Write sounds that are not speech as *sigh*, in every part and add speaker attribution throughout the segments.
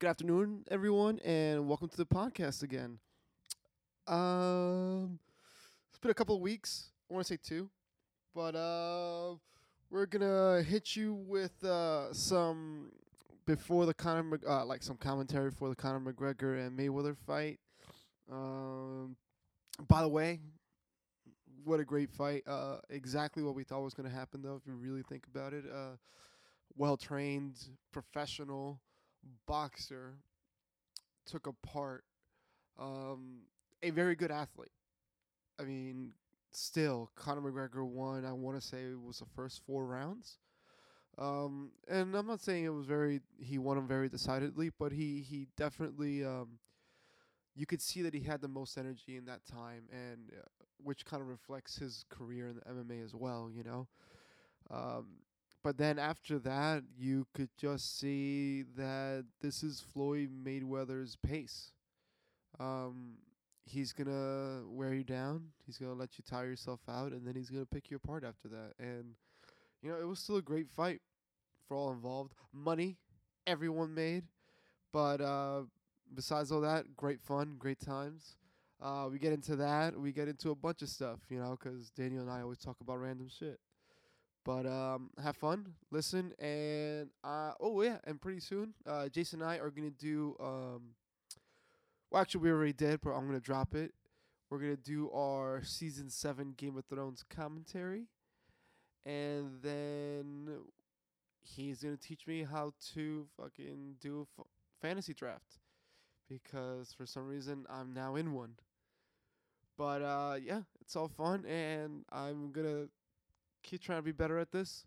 Speaker 1: Good afternoon, everyone, and welcome to the podcast again. Um, it's been a couple of weeks. I want to say two, but uh, we're gonna hit you with uh, some before the Conor Mc- uh, like some commentary for the Conor McGregor and Mayweather fight. Um, by the way, what a great fight! Uh, exactly what we thought was gonna happen, though. If you really think about it, uh, well trained, professional boxer took apart um, a very good athlete. I mean, still, Conor McGregor won, I want to say it was the first four rounds. Um, and I'm not saying it was very, he won him very decidedly, but he, he definitely, um, you could see that he had the most energy in that time, and uh, which kind of reflects his career in the MMA as well, you know? Um, but then after that, you could just see that this is Floyd Mayweather's pace. Um, he's gonna wear you down. He's gonna let you tire yourself out, and then he's gonna pick you apart after that. And you know, it was still a great fight for all involved. Money, everyone made. But uh, besides all that, great fun, great times. Uh, we get into that. We get into a bunch of stuff, you know, 'cause Daniel and I always talk about random shit. But um, have fun, listen, and uh, oh yeah, and pretty soon, uh, Jason and I are gonna do. Um, well, actually, we already did, but I'm gonna drop it. We're gonna do our season seven Game of Thrones commentary, and then he's gonna teach me how to fucking do a f- fantasy draft because for some reason I'm now in one. But uh, yeah, it's all fun, and I'm gonna keep trying to be better at this.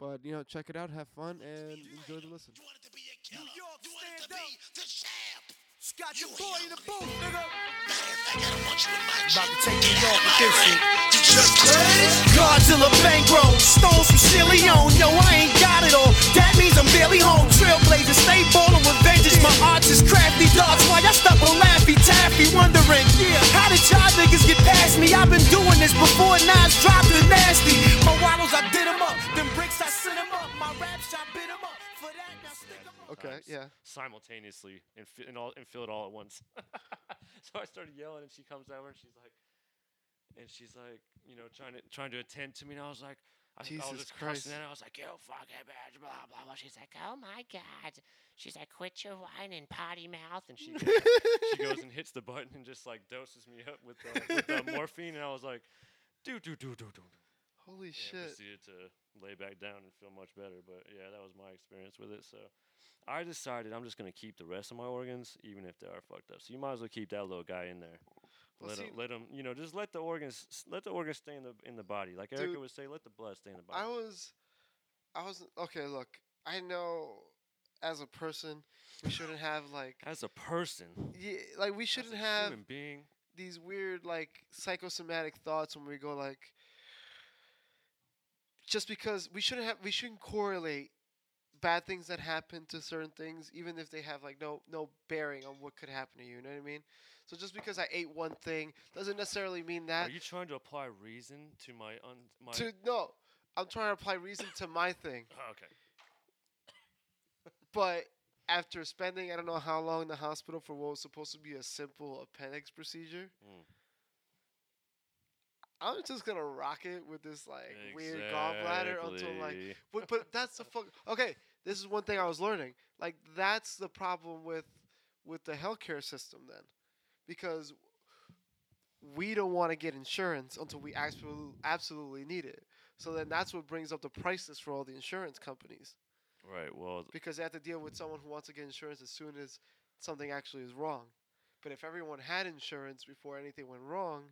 Speaker 1: But you know, check it out, have fun, and enjoy the listen.
Speaker 2: You wanted to be a killer.
Speaker 3: York,
Speaker 2: you wanted to
Speaker 3: stand
Speaker 2: be the champ.
Speaker 3: Scott,
Speaker 2: You
Speaker 3: your boy in the booth, nigga.
Speaker 2: Matter of fact, I don't want you in my
Speaker 3: About
Speaker 2: gym.
Speaker 3: to take me
Speaker 2: Get out of
Speaker 3: off with
Speaker 2: my
Speaker 3: this
Speaker 2: ring.
Speaker 3: shit.
Speaker 2: You just crazy.
Speaker 3: Godzilla bankroll, stole some silly on. No, I ain't got it all. That means I'm barely home. Trailblazer, stay ballin' with vengeance. My arts is crafty darts. Why y'all stuck on Laffy Taffy? Wondering, yeah, how did y'all niggas get past me? I've been doing this before nines dropped the nasty. My waddles, I did 'em up. Them bricks, I sent 'em up. My raps, I bit 'em up. For that, now stick 'em up.
Speaker 1: Okay,
Speaker 4: times
Speaker 1: yeah.
Speaker 4: Simultaneously and, fi- and all and feel it all at once. *laughs* so I started yelling, and she comes over and she's like, and she's like, you know, trying to trying to attend to me, and I was like. I, was- I
Speaker 1: Jesus
Speaker 4: was just cursing
Speaker 1: Christ.
Speaker 4: and I was like, "You fucking bitch!" Blah blah blah. She's like,
Speaker 5: Oh my God. She's like, quit your wine and potty mouth.
Speaker 3: *laughs*
Speaker 4: and she goes, she goes and hits the button and just like doses me up with the,
Speaker 1: *laughs*
Speaker 4: with the morphine, and I was like, "Do do do do do."
Speaker 1: *laughs* Holy
Speaker 4: and
Speaker 1: shit.
Speaker 4: proceeded to lay back down and feel much better. But yeah, that was my experience with it. So I decided I'm just going to keep the rest of my organs, even if they are fucked up. So you might as well keep that little guy in there.
Speaker 1: Well,
Speaker 4: let,
Speaker 1: see-
Speaker 4: him, let him, you know, just let the organs, s- let the organs stay in the in the body. Like Erica
Speaker 1: Dude,
Speaker 4: would say, let the blood stay in the body.
Speaker 1: I was, I was okay. Look, I know as a person, we shouldn't have like,
Speaker 4: as a person, as
Speaker 1: yeah, like we
Speaker 4: a
Speaker 1: shouldn't have
Speaker 4: human being.
Speaker 1: these weird like psychosomatic thoughts when we go like, just because we shouldn't have, we shouldn't correlate bad things that happen to certain things, even if they have like no no bearing on what could happen to you. You know what I mean? So just because I ate one thing doesn't necessarily mean that
Speaker 4: Are you trying to apply reason to my un? My
Speaker 1: to no. I'm trying to apply reason to my thing.
Speaker 4: Oh, okay.
Speaker 1: But after spending I don't know how long in the hospital for what was supposed to be a simple appendix procedure,
Speaker 4: Mm.
Speaker 1: I'm just gonna rock it with this like weird gallbladder until like.
Speaker 4: Exactly.
Speaker 1: But, but that's the fuck. Okay, this is one thing I was learning. Like that's the problem with with the healthcare system then, because we don't want to get insurance until we absolutely absolutely need it. So then that's what brings up the prices for all the insurance companies
Speaker 4: Right. Well,
Speaker 1: because they have to deal with someone who wants to get insurance as soon as something actually is wrong. But if everyone had insurance before anything went wrong,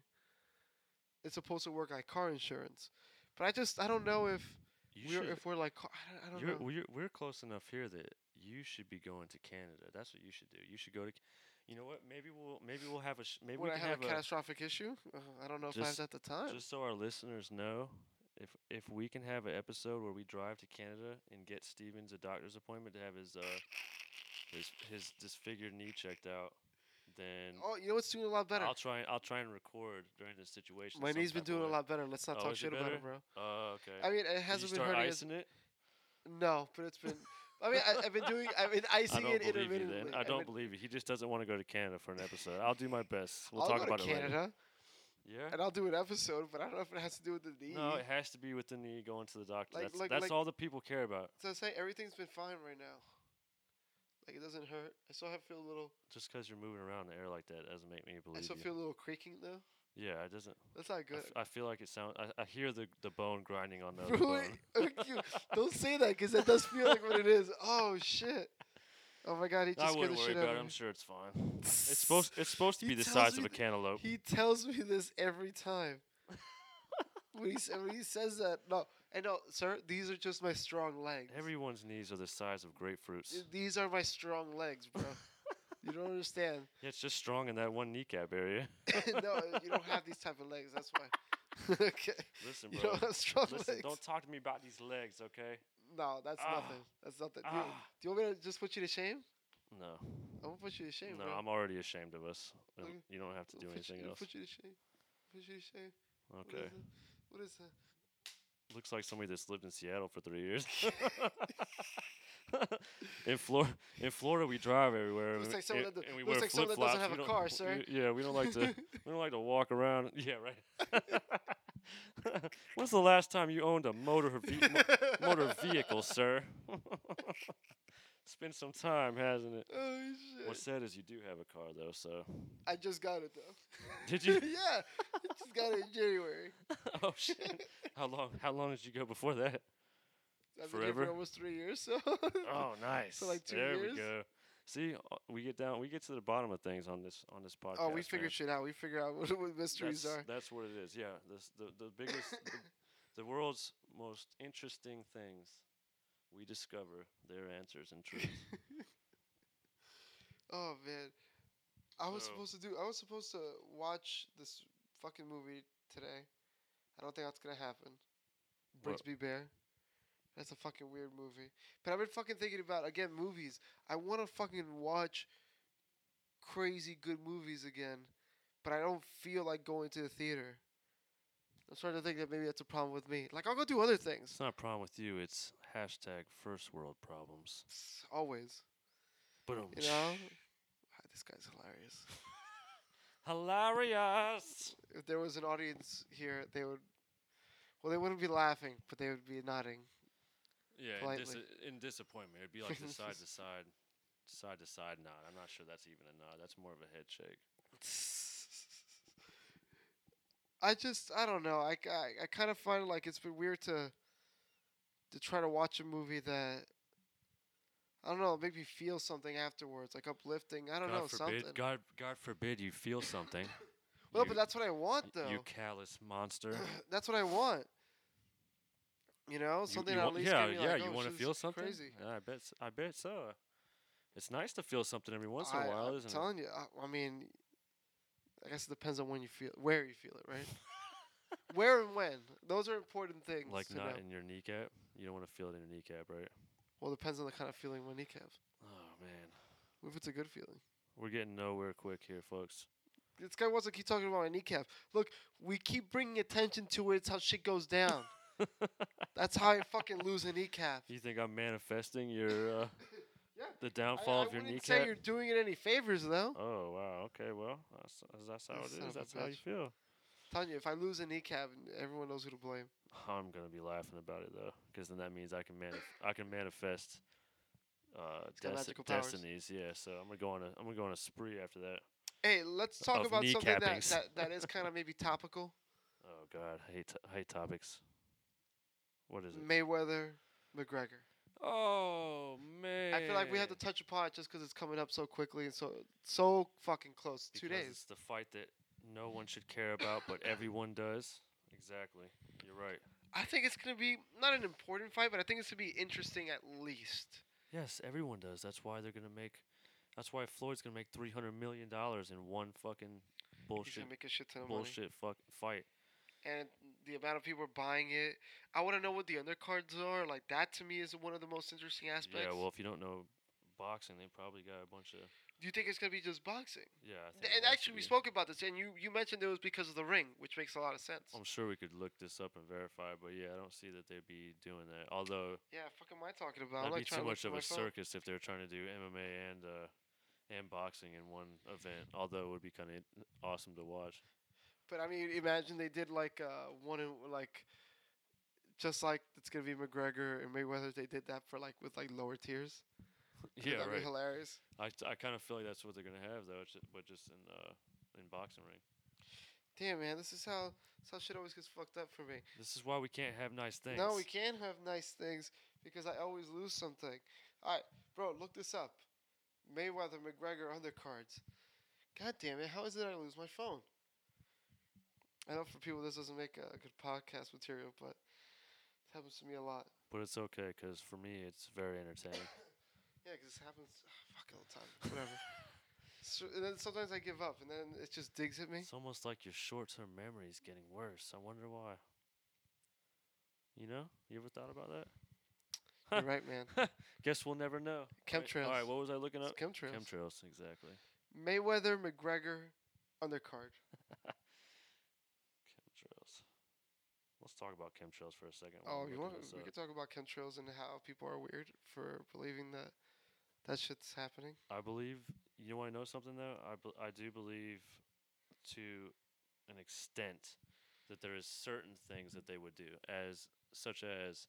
Speaker 1: it's supposed to work like car insurance. But I just I don't know if
Speaker 4: you
Speaker 1: we're
Speaker 4: should-
Speaker 1: if we're like car, I don't, I
Speaker 4: You're,
Speaker 1: don't know.
Speaker 4: we're, we're close enough here that you should be going to Canada. That's what you should do. You should go to. C- You know what? Maybe we'll maybe we'll have a sh- maybe
Speaker 1: Would
Speaker 4: we
Speaker 1: I
Speaker 4: can
Speaker 1: have,
Speaker 4: have,
Speaker 1: a catastrophic issue? Uh, I don't know if I have
Speaker 4: Just-
Speaker 1: that at the time.
Speaker 4: just so our listeners know if if we can have an episode where we drive to Canada and get Stevens a doctor's appointment to have his uh his his disfigured knee checked out, then
Speaker 1: oh, you know what's doing a lot better?
Speaker 4: I'll try and I'll try and record during this situation.
Speaker 1: My
Speaker 4: some
Speaker 1: knee's been
Speaker 4: type of
Speaker 1: doing a
Speaker 4: way.
Speaker 1: lot better. Let's not
Speaker 4: Oh,
Speaker 1: talk
Speaker 4: is it
Speaker 1: shit about it, bro.
Speaker 4: better? Oh, okay.
Speaker 1: I mean, it
Speaker 4: Did
Speaker 1: hasn't
Speaker 4: you
Speaker 1: been
Speaker 4: start
Speaker 1: hurting as
Speaker 4: icing it?
Speaker 1: no, but it's been I mean, I, I've been doing. I mean, I see
Speaker 4: *laughs* I don't
Speaker 1: it
Speaker 4: believe you.
Speaker 1: intermittently.
Speaker 4: Then
Speaker 1: I've
Speaker 4: I don't
Speaker 1: been-
Speaker 4: believe you. He just doesn't want to go to Canada for an episode. I'll do my best. We'll
Speaker 1: I'll
Speaker 4: talk
Speaker 1: go
Speaker 4: about
Speaker 1: to
Speaker 4: it
Speaker 1: Canada,
Speaker 4: later. *laughs* Yeah.
Speaker 1: and I'll do an episode, but I don't know if it has to do with the knee.
Speaker 4: No, it has to be with the knee going to the doctor.
Speaker 1: E. Like-
Speaker 4: that's
Speaker 1: like-
Speaker 4: that's
Speaker 1: like-
Speaker 4: all the people care about.
Speaker 1: so I say everything's been fine right now. Like it doesn't hurt. I still have feel a little.
Speaker 4: Just because you're moving around in the air like that doesn't make me
Speaker 1: I
Speaker 4: believe
Speaker 1: still
Speaker 4: you.
Speaker 1: feel a little creaking though.
Speaker 4: yeah, it doesn't.
Speaker 1: That's not
Speaker 4: I,
Speaker 1: good.
Speaker 4: f- I feel like it sounds. I, I hear the the bone grinding on the other
Speaker 1: Really?
Speaker 4: bone.
Speaker 1: Thank you. *laughs* Don't say that because that does feel like what it is. Oh shit! Oh my god, he
Speaker 4: *laughs*
Speaker 1: just
Speaker 4: I
Speaker 1: scared the
Speaker 4: wouldn't worry
Speaker 1: shit out
Speaker 4: about it.
Speaker 1: of
Speaker 4: I'm
Speaker 1: me.
Speaker 4: sure
Speaker 1: *laughs*
Speaker 4: it's fine. It's supposed it's supposed to
Speaker 1: He
Speaker 4: be the
Speaker 1: tells
Speaker 4: size
Speaker 1: me
Speaker 4: of a
Speaker 1: th-
Speaker 4: cantaloupe.
Speaker 1: He tells me this every time. when, he, s- when he says that, no, I know, sir. These are just my strong legs.
Speaker 4: Everyone's knees are the size of grapefruits.
Speaker 1: These are my strong legs,
Speaker 4: *laughs*
Speaker 1: bro. you don't understand. *laughs*
Speaker 4: Yeah, it's just strong in that one kneecap area. *laughs*
Speaker 1: no, you don't have these type of legs. That's why. *laughs* okay.
Speaker 4: Listen,
Speaker 1: You
Speaker 4: bro.
Speaker 1: don't have *laughs* strong
Speaker 4: Listen,
Speaker 1: legs.
Speaker 4: don't talk to me about these legs, okay?
Speaker 1: No, that's
Speaker 4: Ah.
Speaker 1: nothing. That's nothing. You-
Speaker 4: Ah.
Speaker 1: do you want me to just put you to shame?
Speaker 4: No,
Speaker 1: I'm gonna put you to shame,
Speaker 4: no,
Speaker 1: bro.
Speaker 4: I'm already ashamed of us. Um,
Speaker 1: Okay.
Speaker 4: You don't have to
Speaker 1: I'll
Speaker 4: do
Speaker 1: put
Speaker 4: anything
Speaker 1: you, I'll
Speaker 4: else.
Speaker 1: Put you to shame. Put you to shame. What
Speaker 4: Okay.
Speaker 1: is it? What is that?
Speaker 4: Looks like somebody that's lived in Seattle for three
Speaker 1: *laughs*
Speaker 4: years. in Florida, in Florida, we drive everywhere.
Speaker 1: Looks
Speaker 4: and-
Speaker 1: like someone
Speaker 4: and-
Speaker 1: that do-
Speaker 4: and we
Speaker 1: looks
Speaker 4: wear
Speaker 1: like someone that doesn't
Speaker 4: flip-flops.
Speaker 1: have
Speaker 4: We
Speaker 1: a
Speaker 4: don't-
Speaker 1: car, sir.
Speaker 4: we- yeah, we don't like to.
Speaker 1: *laughs*
Speaker 4: we don't like to walk around. *laughs* Yeah, right. *laughs* When's the last time you owned a motor ve- mo-
Speaker 1: *laughs*
Speaker 4: motor vehicle, sir? *laughs* it's been some time, hasn't it?
Speaker 1: Oh shit!
Speaker 4: What's sad is you do have a car though, so *laughs*
Speaker 1: I just got it though.
Speaker 4: did you?
Speaker 1: yeah, *laughs* I just got it in January. *laughs*
Speaker 4: oh shit! How long? How long did you go before that?
Speaker 1: I've been here for
Speaker 4: Forever?
Speaker 1: almost three years, so.
Speaker 4: *laughs* Oh, nice.
Speaker 1: like, two
Speaker 4: there
Speaker 1: years?
Speaker 4: we go. See, uh, we get down, we get to the bottom of things on this on this
Speaker 1: *laughs*
Speaker 4: podcast.
Speaker 1: Oh, we figured
Speaker 4: man.
Speaker 1: shit out. We figure out *laughs* what, what mysteries
Speaker 4: that's,
Speaker 1: are.
Speaker 4: That's what it is. Yeah, this, the the biggest, the,
Speaker 1: *laughs*
Speaker 4: the world's most interesting things we discover their answers
Speaker 1: *laughs*
Speaker 4: and truths.
Speaker 1: Oh man, I was
Speaker 4: So-
Speaker 1: supposed to do. I was supposed to watch this fucking movie today. I don't think that's gonna happen.
Speaker 4: What?
Speaker 1: Brigsby Bear. That's a fucking weird movie. But I've been fucking thinking about again movies. I want to fucking watch crazy good movies again, but I don't feel like going to the theater. I'm starting to think that maybe that's a problem with me. Like I'll go do other things.
Speaker 4: it's not a problem with you. It's hashtag first world problems.
Speaker 1: Always,
Speaker 4: But
Speaker 1: you know.
Speaker 4: *laughs*
Speaker 1: Ah, This guy's hilarious.
Speaker 4: hilarious.
Speaker 1: if there was an audience here, they would. Well, they wouldn't be laughing, but they would be nodding. *laughs*
Speaker 4: Yeah, in,
Speaker 1: Politely.
Speaker 4: dis- in disappointment, it'd be like the side
Speaker 1: *laughs*
Speaker 4: to side, side to side nod. I'm not sure that's even a nod. That's more of a head shake.
Speaker 1: I just, I don't know. I, I, I kind of find like it's been weird to, to try to watch a movie that. I don't know. Make me feel something afterwards, like uplifting. I don't
Speaker 4: God
Speaker 1: know
Speaker 4: forbid,
Speaker 1: something.
Speaker 4: God, God forbid you feel something.
Speaker 1: *laughs* well,
Speaker 4: you-
Speaker 1: but that's what I want,
Speaker 4: y-
Speaker 1: though.
Speaker 4: You callous
Speaker 1: *laughs*
Speaker 4: monster.
Speaker 1: *clears throat* that's what I want. You know,
Speaker 4: You-
Speaker 1: something
Speaker 4: you
Speaker 1: that at
Speaker 4: want-
Speaker 1: least
Speaker 4: yeah,
Speaker 1: give me
Speaker 4: yeah.
Speaker 1: like,
Speaker 4: you
Speaker 1: oh,
Speaker 4: want to
Speaker 1: shit's
Speaker 4: feel something?
Speaker 1: Crazy.
Speaker 4: Yeah, I bet. s- I bet so. It's nice to feel something every once in
Speaker 1: I,
Speaker 4: a while,
Speaker 1: am
Speaker 4: isn't
Speaker 1: telling you. I, I mean, I guess it depends on when you feel, where you feel it,
Speaker 4: *laughs*
Speaker 1: right? where and when. Those are important things.
Speaker 4: it? Like
Speaker 1: to
Speaker 4: not
Speaker 1: know.
Speaker 4: in your kneecap. You don't want to feel it in your kneecap, right?
Speaker 1: Well, it depends on the kind of feeling my kneecap.
Speaker 4: Oh man,
Speaker 1: If it's a good feeling.
Speaker 4: we're getting nowhere quick here, folks. *laughs*
Speaker 1: This guy wants to keep talking about my kneecap. Look, we keep bringing attention to it. It's how shit goes down. That's how I fucking lose a kneecap.
Speaker 4: You think I'm manifesting your uh,
Speaker 1: *coughs* Yeah,
Speaker 4: the
Speaker 1: I,
Speaker 4: downfall
Speaker 1: I
Speaker 4: of your
Speaker 1: wouldn't
Speaker 4: kneecap?
Speaker 1: say you're doing it any favors, though.
Speaker 4: Oh wow. Okay. Well, that's that's how
Speaker 1: You
Speaker 4: it
Speaker 1: son
Speaker 4: is.
Speaker 1: of a
Speaker 4: That's how you
Speaker 1: bitch.
Speaker 4: feel.
Speaker 1: telling you, if I lose a kneecap, everyone knows who to blame.
Speaker 4: I'm gonna be laughing about it though, because then that means I can manif- I can manifest uh,
Speaker 1: got
Speaker 4: desti-
Speaker 1: magical powers.
Speaker 4: destinies. Yeah. So I'm gonna go on a I'm gonna go on a spree after that.
Speaker 1: Hey, let's talk
Speaker 4: Of
Speaker 1: about something that,
Speaker 4: kneecappings.
Speaker 1: that, that is kind of maybe topical.
Speaker 4: Oh God, I hate t- I hate topics. What *laughs* is it?
Speaker 1: Mayweather, McGregor.
Speaker 4: Oh man.
Speaker 1: I feel like we have to touch upon it just because it's coming up so quickly and so so fucking close. Two
Speaker 4: Because
Speaker 1: days.
Speaker 4: It's the fight that no one should care about, but everyone does. Exactly. You're right.
Speaker 1: I think it's gonna be not an important fight, but I think it's gonna be interesting at least.
Speaker 4: Yes, everyone does. That's why they're gonna make. That's why Floyd's gonna make three hundred million dollars in one fucking
Speaker 1: He's
Speaker 4: bullshit
Speaker 1: gonna make a shit ton of
Speaker 4: bullshit fuck fight.
Speaker 1: money, and the amount of people are buying it. I want to know what the undercards are. Like that to me is one of the most interesting aspects.
Speaker 4: Yeah, well, if you don't know boxing, they probably got a bunch of
Speaker 1: Do you think it's gonna be just boxing?
Speaker 4: yeah. I think
Speaker 1: Th-
Speaker 4: it
Speaker 1: And
Speaker 4: has to
Speaker 1: actually, we
Speaker 4: be.
Speaker 1: spoke about this, and you you mentioned it was because of the ring, which makes a lot of sense.
Speaker 4: I'm sure we could look this up and verify, but yeah, I don't see that they'd be doing that. Although
Speaker 1: Yeah, fuck am I talking about? I'm not
Speaker 4: that'd be
Speaker 1: trying
Speaker 4: too
Speaker 1: to look
Speaker 4: much
Speaker 1: for
Speaker 4: of
Speaker 1: my
Speaker 4: a
Speaker 1: phone.
Speaker 4: circus if they're trying to do MMA and uh, and boxing in one event. Although it would be kind of awesome to watch.
Speaker 1: But I mean, imagine they did like uh, one in like, just like it's gonna be McGregor and Mayweather. They did that for like with like lower tiers.
Speaker 4: Yeah,
Speaker 1: that'd be
Speaker 4: right.
Speaker 1: hilarious.
Speaker 4: I, t- I kind of feel like that's what they're gonna have though, it's ju- but just in uh, in boxing ring.
Speaker 1: Damn man, this is how this how shit always gets fucked up for me.
Speaker 4: This is why we can't have nice things.
Speaker 1: No, we can have nice things because I always lose something. All right, bro, look this up. Mayweather McGregor undercards. God damn it! How is it I lose my phone? I know for people this doesn't make a good podcast material, but it happens to me a lot.
Speaker 4: But it's okay because for me, it's very entertaining.
Speaker 1: *laughs* Yeah, 'cause this happens ah, fuck all the time.
Speaker 4: *laughs*
Speaker 1: Whatever. so, and then sometimes I give up, and then it just digs at
Speaker 4: *laughs*
Speaker 1: me.
Speaker 4: It's almost like your short-term memory is getting worse. I wonder why. You know, you ever thought about that?
Speaker 1: You're right, man.
Speaker 4: Guess we'll never know. Right? All
Speaker 1: Chemtrails.
Speaker 4: right, what was I looking
Speaker 1: It's
Speaker 4: up?
Speaker 1: chemtrails.
Speaker 4: Chemtrails, exactly.
Speaker 1: Mayweather McGregor undercard.
Speaker 4: Chemtrails. Let's talk about chemtrails for a second. while
Speaker 1: Oh,
Speaker 4: I'm
Speaker 1: you
Speaker 4: looking
Speaker 1: want?
Speaker 4: this
Speaker 1: We
Speaker 4: up.
Speaker 1: could talk about chemtrails and how people are weird for believing that that shit's happening.
Speaker 4: I believe you want to know something though. I bel- I do believe to an extent that there is certain things that they would do, as such as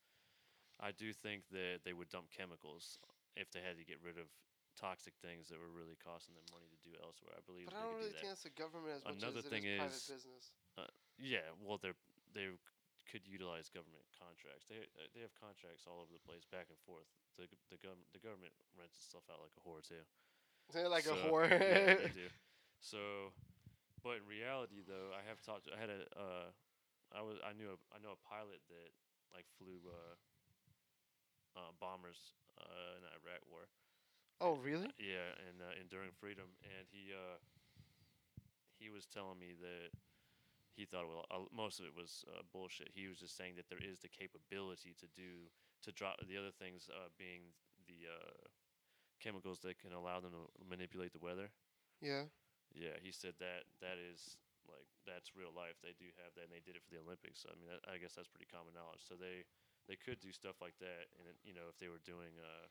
Speaker 4: I do think that they would dump chemicals if they had to get rid of toxic things that were really costing them money to do elsewhere. I believe
Speaker 1: But I
Speaker 4: they
Speaker 1: don't really
Speaker 4: could do
Speaker 1: think
Speaker 4: that.
Speaker 1: that's the government as much as
Speaker 4: Another
Speaker 1: it
Speaker 4: thing
Speaker 1: is private
Speaker 4: is-
Speaker 1: business. *laughs*
Speaker 4: Yeah, well they they could utilize government contracts. They uh, they have contracts all over the place, back and forth. The g- the, gov- the government rents itself out like a whore too.
Speaker 1: They're like a
Speaker 4: So,
Speaker 1: whore.
Speaker 4: yeah,
Speaker 1: *laughs*
Speaker 4: they do. So, but in reality, though, I have talked. I had a. Uh, I was. I knew. A, I know a pilot that like flew uh, uh, bombers uh, in the Iraq War.
Speaker 1: oh, really?
Speaker 4: Yeah, and uh, enduring freedom, and he uh, he was telling me that he thought well, uh, most of it was uh, bullshit. He was just saying that there is the capability to do to drop the other things uh, being the uh, chemicals that can allow them to manipulate the weather.
Speaker 1: Yeah.
Speaker 4: Yeah, he said that that is like that's real life. They do have that, and they did it for the Olympics. So, I mean, that, I guess that's pretty common knowledge. So they they could do stuff like that, and it, you know, if they were doing uh,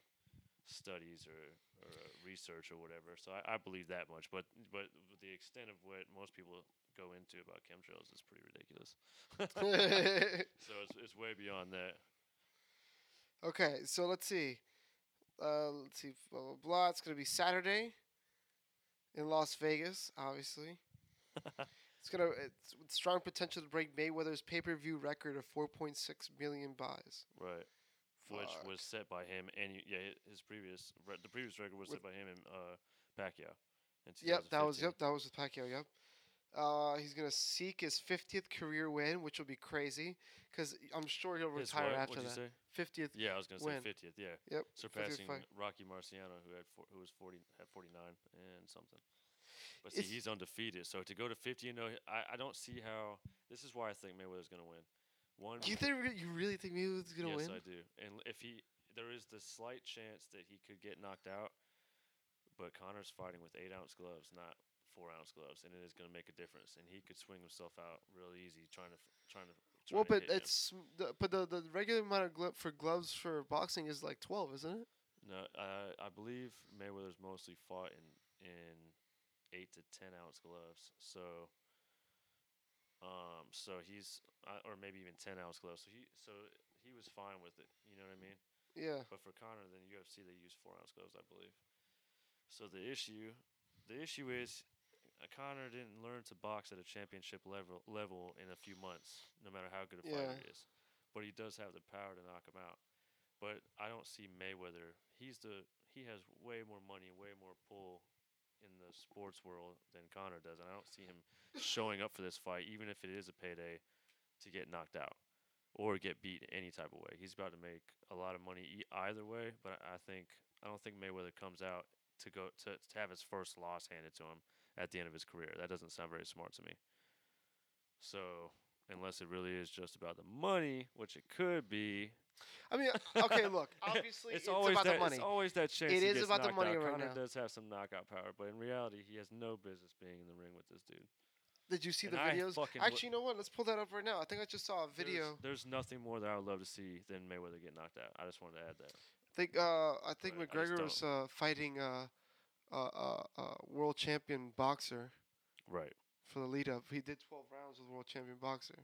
Speaker 4: studies or, or uh, research or whatever. So I, I believe that much, but but the extent of what most people go into about chemtrails is pretty
Speaker 1: *laughs*
Speaker 4: ridiculous. *laughs* so it's it's way beyond that.
Speaker 1: okay, so let's see. Uh, let's see. Blah blah blah. It's gonna be Saturday in Las Vegas,
Speaker 4: *laughs*
Speaker 1: obviously. it's gonna it's with strong potential to break Mayweather's pay per view record of 4.6 million buys.
Speaker 4: Right. Which
Speaker 1: Fuck.
Speaker 4: was set by him, and y- yeah, his previous re- the previous record was
Speaker 1: With-
Speaker 4: set by him and uh, Pacquiao. In
Speaker 1: Yep, that was
Speaker 4: 2015.
Speaker 1: yep, that was with Pacquiao. Yep. Uh, he's gonna seek his fiftieth career win, which will be crazy because I'm sure he'll
Speaker 4: His
Speaker 1: retire
Speaker 4: what?
Speaker 1: after
Speaker 4: What'd you
Speaker 1: that.
Speaker 4: say?
Speaker 1: Fiftieth.
Speaker 4: Yeah, I was gonna say
Speaker 1: win.
Speaker 4: fiftieth. Yeah,
Speaker 1: Yep. 50th
Speaker 4: surpassing
Speaker 1: fight.
Speaker 4: Rocky Marciano, who had four, who was forty had forty nine and something. But see,
Speaker 1: It's-
Speaker 4: he's undefeated. So to go to fifty, you know, I, I don't see how. This is why I think Mayweather's gonna win. One,
Speaker 1: You think re- you really think Mayweather's gonna win?
Speaker 4: yes, I do. And l- if he, there is the slight chance that he could get knocked out. But Connor's fighting with eight ounce gloves, not four ounce gloves, and it is gonna make a difference. And he could swing himself out real easy, trying to f- trying to. Trying
Speaker 1: well,
Speaker 4: to
Speaker 1: but
Speaker 4: hit him.
Speaker 1: it's the, but the the regular amount of glo- for gloves for boxing is like twelve, isn't it?
Speaker 4: No, uh, I believe Mayweather's mostly fought in in eight to ten ounce gloves. So, um, so he's uh, or maybe even ten ounce gloves. So he so he was fine with it. You know what I mean?
Speaker 1: Yeah.
Speaker 4: But for Connor, then UFC they use four ounce gloves, I believe. So the issue, the issue is, uh, Connor didn't learn to box at a championship level level in a few months, no matter how good a fighter
Speaker 1: Yeah.
Speaker 4: he is. But he does have the power to knock him out. But I don't see Mayweather. He's the he has way more money, way more pull in the sports world than Connor does, and I don't see him showing up for this fight, even if it is a payday, to get knocked out or get beat any type of way. He's about to make a lot of money e- either way, but I I think I don't think Mayweather comes out to go to, to have his first loss handed to him at the end of his career. That doesn't sound very smart to me. So unless it really is just about the money, which it could be,
Speaker 1: I mean, *laughs* okay, look, obviously it's,
Speaker 4: *laughs* it's, always
Speaker 1: about
Speaker 4: that,
Speaker 1: the money.
Speaker 4: It's always that chance.
Speaker 1: It
Speaker 4: he
Speaker 1: is
Speaker 4: gets
Speaker 1: about the
Speaker 4: knocked
Speaker 1: money
Speaker 4: out.
Speaker 1: right
Speaker 4: Conor
Speaker 1: now.
Speaker 4: does have some knockout power, but in reality, he has no business being in the ring with this dude.
Speaker 1: Did you see
Speaker 4: and
Speaker 1: the
Speaker 4: I
Speaker 1: videos?
Speaker 4: fucking wo-
Speaker 1: Actually, you know what? Let's pull that up right now. I think I just saw a
Speaker 4: There's-
Speaker 1: video.
Speaker 4: There's, nothing more that I would love to see than Mayweather get knocked out. I just wanted to add that.
Speaker 1: I think uh, I think
Speaker 4: But I just
Speaker 1: McGregor
Speaker 4: don't.
Speaker 1: was uh, fighting a uh, uh, uh, uh, world champion boxer
Speaker 4: Right.
Speaker 1: for the lead up. He did 12 rounds with world champion boxer.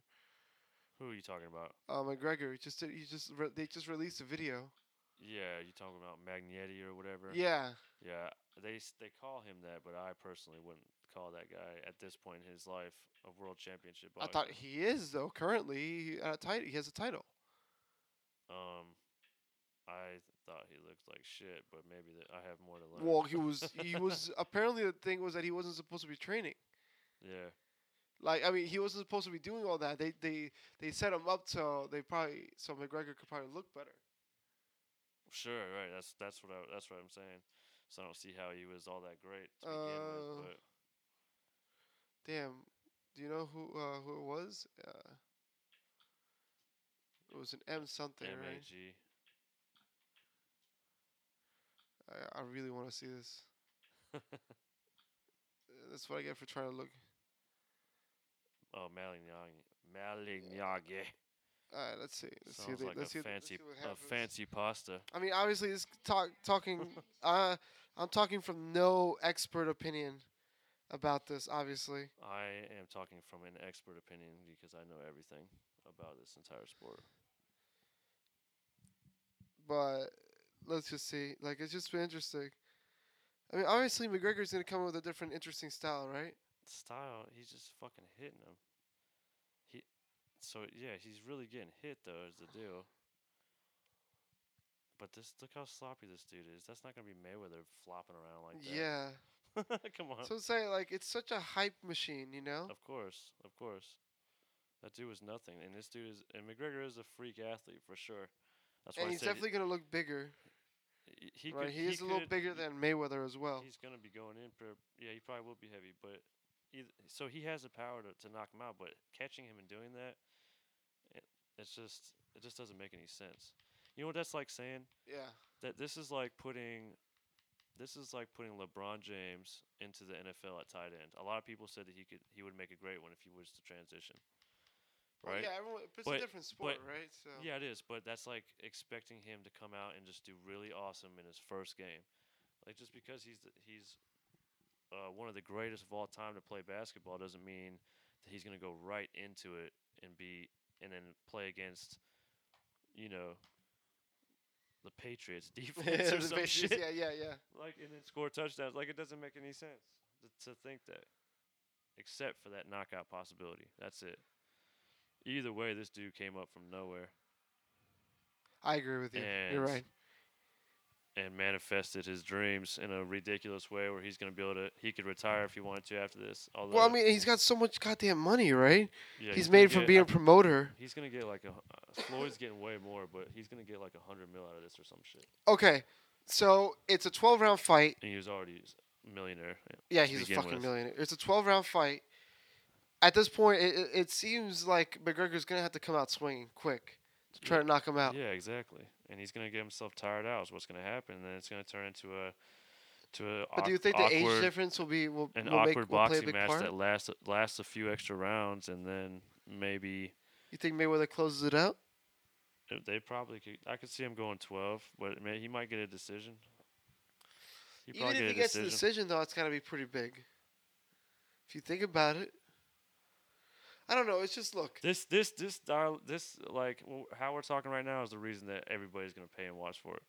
Speaker 4: Who are you talking about?
Speaker 1: Uh, McGregor he just did, he just re- they just released a video.
Speaker 4: Yeah, you talking about Magnetti or whatever?
Speaker 1: Yeah,
Speaker 4: Yeah, they s- they call him that, but I personally wouldn't call that guy at this point in his life a world championship
Speaker 1: I
Speaker 4: boxer.
Speaker 1: thought he is though. Currently, he, uh, tit- he has a title.
Speaker 4: um, I thought he looked like shit, but maybe that I have more to learn. *laughs*
Speaker 1: Well, he was he was apparently the thing was that he wasn't supposed to be training.
Speaker 4: yeah,
Speaker 1: Like I mean, he wasn't supposed to be doing all that. They they they set him up so they probably so McGregor could probably look better.
Speaker 4: sure, right. That's that's what I, that's what I'm saying. So I don't see how he was all that great to begin
Speaker 1: Uh,
Speaker 4: with. But
Speaker 1: Damn, do you know who uh, who it was? Uh, it was an M something,
Speaker 4: Mag,
Speaker 1: right? I, I really want to see
Speaker 4: *laughs*
Speaker 1: this. Uh, That's what I get for trying to look.
Speaker 4: oh Malignaggi, Malignaggi
Speaker 1: All right, let's see. Let's see.
Speaker 4: sounds
Speaker 1: what they-
Speaker 4: like
Speaker 1: let's see
Speaker 4: a
Speaker 1: what- let's
Speaker 4: fancy
Speaker 1: see what
Speaker 4: a
Speaker 1: happens.
Speaker 4: fancy pasta.
Speaker 1: I mean, obviously, this talk talking.
Speaker 4: *laughs*
Speaker 1: uh, I'm talking from no expert opinion about this. Obviously,
Speaker 4: I am talking from an expert opinion because I know everything about this entire sport.
Speaker 1: but let's just see. Like, it's just been interesting. I mean, obviously, McGregor's gonna come up with a different, interesting style, right?
Speaker 4: Style, he's just fucking hitting him. He, so yeah, he's really getting hit though. Is the deal. But this, look how sloppy this dude is. That's not gonna be Mayweather flopping around like that.
Speaker 1: yeah.
Speaker 4: Yeah. *laughs* Come on.
Speaker 1: So I'm saying, like, it's such a hype machine, you know?
Speaker 4: Of course, of course. That dude was nothing, and this dude is, and McGregor is a freak athlete for sure. That's why
Speaker 1: and
Speaker 4: I
Speaker 1: he's
Speaker 4: said
Speaker 1: definitely gonna look bigger,
Speaker 4: he, he
Speaker 1: right?
Speaker 4: could-
Speaker 1: he is a little
Speaker 4: could-
Speaker 1: bigger
Speaker 4: he-
Speaker 1: than Mayweather as well.
Speaker 4: He's gonna be going in for yeah. He probably will be heavy, but either, so he has the power to, to knock him out. But catching him and doing that, it, it's just it just doesn't make any sense. You know what that's like saying
Speaker 1: Yeah.
Speaker 4: that this is like putting this is like putting LeBron James into the NFL at tight end. A lot of people said that he could he would make a great one if he was to transition.
Speaker 1: Well,
Speaker 4: Right?
Speaker 1: Oh, yeah, everyone, it's
Speaker 4: But-
Speaker 1: a different sport,
Speaker 4: but-
Speaker 1: right? So *laughs*
Speaker 4: Yeah, it is, but that's like expecting him to come out and just do really awesome in his first game. Like just because he's the, he's uh, one of the greatest of all time to play basketball doesn't mean that he's going to go right into it and be and then play against you know the
Speaker 1: *laughs*
Speaker 4: Patriots *laughs* defense or
Speaker 1: The
Speaker 4: some
Speaker 1: Patriots,
Speaker 4: shit.
Speaker 1: yeah, yeah, yeah.
Speaker 4: *laughs* Like and then score touchdowns. Like it doesn't make any sense to, to think that, except for that knockout possibility. That's it. Either way, this dude came up from nowhere.
Speaker 1: I agree with you. You're
Speaker 4: And-
Speaker 1: right.
Speaker 4: and manifested his dreams in a ridiculous way where he's going to be able to he could retire if he wanted to after this although
Speaker 1: Well, I mean, he's got so much goddamn money, right?
Speaker 4: yeah,
Speaker 1: he's
Speaker 4: gonna
Speaker 1: made from
Speaker 4: get-
Speaker 1: being a
Speaker 4: I-
Speaker 1: promoter.
Speaker 4: he's going to get like a uh, Floyd's getting way more but he's going to get like a 100 mil out of this or some shit
Speaker 1: Okay, so it's a 12 round fight.
Speaker 4: and he was already s- a millionaire
Speaker 1: Yeah,
Speaker 4: to
Speaker 1: he's a
Speaker 4: begin
Speaker 1: fucking
Speaker 4: with.
Speaker 1: millionaire. It's a 12 round fight. At this point, it, it, it seems like McGregor's gonna have to come out swinging quick to try
Speaker 4: Yeah.
Speaker 1: to knock him out.
Speaker 4: yeah exactly and he's going to get himself tired out is what's going to happen and then it's going to turn into a to a
Speaker 1: But do you
Speaker 4: awk-
Speaker 1: think the age
Speaker 4: awkward-
Speaker 1: difference will be will,
Speaker 4: an
Speaker 1: will, make,
Speaker 4: awkward
Speaker 1: will play a
Speaker 4: boxing
Speaker 1: big
Speaker 4: match
Speaker 1: part?
Speaker 4: that lasts lasts a few extra rounds and then maybe
Speaker 1: You think Mayweather closes it out?
Speaker 4: Uh, They probably could. I could see him going 12, but man, he might get a decision. He
Speaker 1: Even if he gets a decision, though, it's gotta be pretty big. If you think about it, I don't know. It's just look.
Speaker 4: This, this, this, dial, this, like w- how we're talking right now is the reason that everybody's gonna pay and watch for it,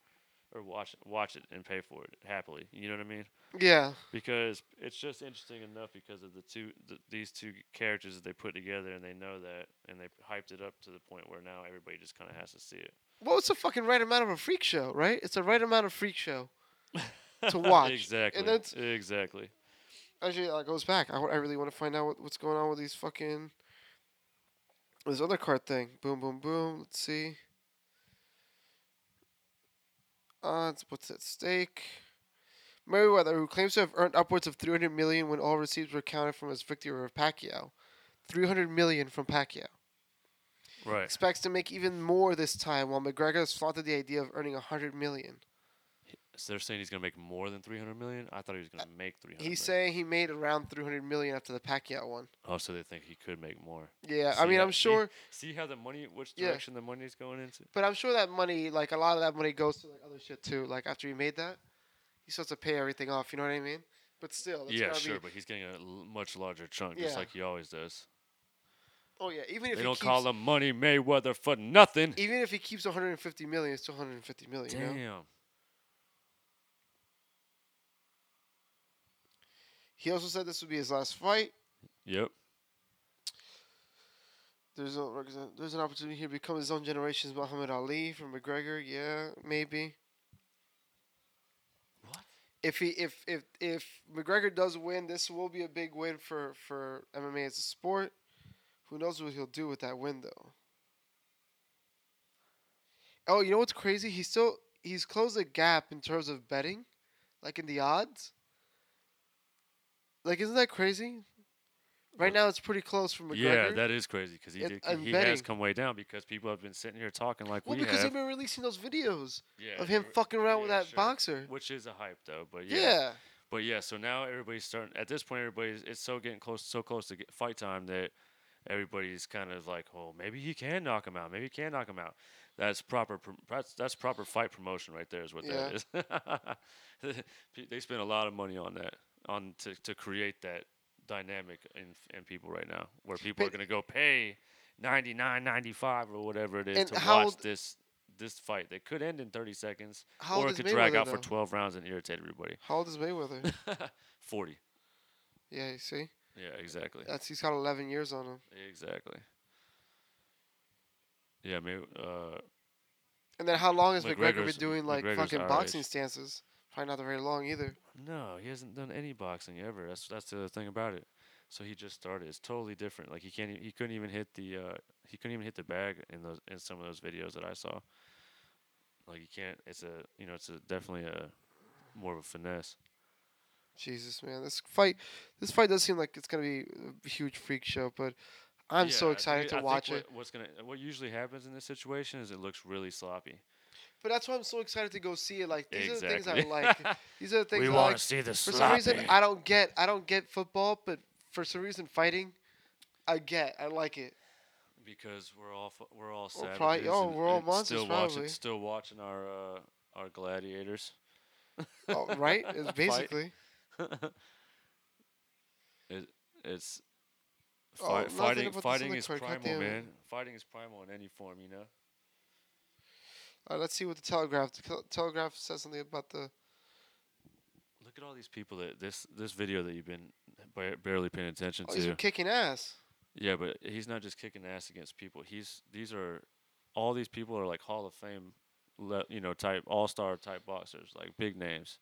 Speaker 4: or watch watch it and pay for it happily. You know what I mean?
Speaker 1: Yeah,
Speaker 4: Because it's just interesting enough because of the two th- these two characters that they put together, and they know that, and they hyped it up to the point where now everybody just kind of has to see it.
Speaker 1: well, it's a fucking right amount of a freak show, right? It's a right amount of freak show. To watch. And
Speaker 4: *laughs* exactly.
Speaker 1: that's-
Speaker 4: exactly.
Speaker 1: Actually, that goes back. I, wa- I really want to find out what, what's going on with these fucking this other card thing. Boom, boom, boom. Let's see. Odds. What's at stake? Merriweather, who claims to have earned upwards of 300 million when all receipts were counted from his victory over Pacquiao, 300 million from Pacquiao.
Speaker 4: Right.
Speaker 1: expects to make even more this time, while McGregor has flaunted the idea of earning 100 million.
Speaker 4: So they're saying he's gonna make more than 300 million. I thought he was gonna make 300.
Speaker 1: He's saying he made around 300 million after the Pacquiao one.
Speaker 4: Oh, so they think he could make more.
Speaker 1: Yeah, I
Speaker 4: See
Speaker 1: mean,
Speaker 4: how-
Speaker 1: I'm
Speaker 4: see-
Speaker 1: sure,
Speaker 4: See how the money, which
Speaker 1: Yeah.
Speaker 4: direction the money is going into.
Speaker 1: but I'm sure that money, like a lot of that money, goes to like other shit too. Like after he made that, he starts to pay everything off. You know what I mean? But still, that's
Speaker 4: yeah,
Speaker 1: gotta
Speaker 4: sure,
Speaker 1: Be,
Speaker 4: but he's getting a l- much larger chunk, just
Speaker 1: Yeah.
Speaker 4: like he always does.
Speaker 1: oh yeah, even if
Speaker 4: They
Speaker 1: he
Speaker 4: don't
Speaker 1: keeps,
Speaker 4: call him Money Mayweather for nothing.
Speaker 1: even if he keeps 150 million, it's still 150 million. You know?
Speaker 4: Damn.
Speaker 1: He also said this would be his last fight.
Speaker 4: Yep.
Speaker 1: There's a represent- there's an opportunity here to become his own generation's Muhammad Ali from McGregor. Yeah, maybe.
Speaker 4: What?
Speaker 1: If he if if if McGregor does win, this will be a big win for for MMA as a sport. Who knows what he'll do with that win though? Oh, you know what's crazy? He's still he's closed a gap in terms of betting, like in the odds. Like, isn't that crazy? Right now, it's pretty close for McGregor.
Speaker 4: Yeah, that is crazy because he
Speaker 1: It-
Speaker 4: did,
Speaker 1: I'm
Speaker 4: he has
Speaker 1: betting.
Speaker 4: come way down because people have been sitting here talking like
Speaker 1: Well,
Speaker 4: we
Speaker 1: because
Speaker 4: have.
Speaker 1: they've been releasing those videos
Speaker 4: Yeah,
Speaker 1: of him
Speaker 4: you're-
Speaker 1: fucking around with
Speaker 4: yeah,
Speaker 1: that
Speaker 4: sure.
Speaker 1: boxer.
Speaker 4: which is a hype though. But
Speaker 1: Yeah.
Speaker 4: yeah, But yeah, so now everybody's starting. At this point, everybody's it's so getting close, so close to get fight time that everybody's kind of like, oh, maybe he can knock him out. Maybe he can knock him out. That's proper. prom- That's that's proper fight promotion right there. Is what that is. *laughs* Pe- they spend a lot of money on that, on to, to create that dynamic in in people right now, where people are
Speaker 1: But-
Speaker 4: gonna go pay ninety nine ninety five or whatever it is
Speaker 1: And
Speaker 4: to
Speaker 1: how
Speaker 4: watch
Speaker 1: old-
Speaker 4: this this fight. They could end in thirty seconds,
Speaker 1: How
Speaker 4: or
Speaker 1: old
Speaker 4: it
Speaker 1: is
Speaker 4: could drag
Speaker 1: Mayweather,
Speaker 4: out for
Speaker 1: though?
Speaker 4: twelve rounds and irritate everybody.
Speaker 1: How old is
Speaker 4: *laughs*
Speaker 1: Mayweather?
Speaker 4: 40.
Speaker 1: yeah, you see,
Speaker 4: Yeah, exactly.
Speaker 1: that's he's got 11 years on him.
Speaker 4: exactly. Yeah, maybe. Uh,
Speaker 1: And then how long has McGregor
Speaker 4: McGregor's-
Speaker 1: been doing like
Speaker 4: McGregor's
Speaker 1: fucking
Speaker 4: our
Speaker 1: boxing
Speaker 4: age.
Speaker 1: stances? Probably not very long either.
Speaker 4: no, he hasn't done any boxing ever. That's that's the other thing about it. So he just started. It's totally different. Like he can't. e- He couldn't even hit the. Uh, he couldn't even hit the bag in those in some of those videos that I saw. Like you can't. It's a. You know. It's a definitely a more of a finesse.
Speaker 1: Jesus, man, this fight, this fight does seem like it's gonna be a huge freak show. But I'm
Speaker 4: Yeah, I
Speaker 1: so
Speaker 4: think
Speaker 1: excited
Speaker 4: it-
Speaker 1: to
Speaker 4: I think
Speaker 1: watch
Speaker 4: what-
Speaker 1: it.
Speaker 4: What's gonna? What usually happens in this situation is it looks really sloppy.
Speaker 1: But that's why I'm so excited to go see it. Like these are the
Speaker 4: exactly.
Speaker 1: things I like.
Speaker 4: *laughs*
Speaker 1: These are the things
Speaker 4: we
Speaker 1: I
Speaker 4: want
Speaker 1: like.
Speaker 4: to see the
Speaker 1: For some
Speaker 4: sloppy.
Speaker 1: reason, I don't get. I don't get football, but for some reason, fighting, I get. I like it.
Speaker 4: because we're all fu- we're all
Speaker 1: Well,
Speaker 4: savages.
Speaker 1: probably- oh,
Speaker 4: and-
Speaker 1: we're all
Speaker 4: and
Speaker 1: monsters,
Speaker 4: still
Speaker 1: probably.
Speaker 4: Watching, still watching our uh, our gladiators.
Speaker 1: Oh, right? It's
Speaker 4: *laughs* Fight.
Speaker 1: basically.
Speaker 4: It, it's
Speaker 1: Oh,
Speaker 4: fi-
Speaker 1: nothing
Speaker 4: fighting.
Speaker 1: about this
Speaker 4: Fighting
Speaker 1: other
Speaker 4: is
Speaker 1: card,
Speaker 4: primal,
Speaker 1: goddamn it.
Speaker 4: man. Fighting is primal in any form, you know.
Speaker 1: All right, let's see what the Telegraph. The Tel- Telegraph says something about the.
Speaker 4: Look at all these people that this this video that you've been ba- barely paying attention
Speaker 1: Oh, he's
Speaker 4: to.
Speaker 1: been kicking ass.
Speaker 4: yeah, but he's not just kicking ass against people. He's these are all these people are like Hall of Fame, le- you know, type all star type boxers, like big names.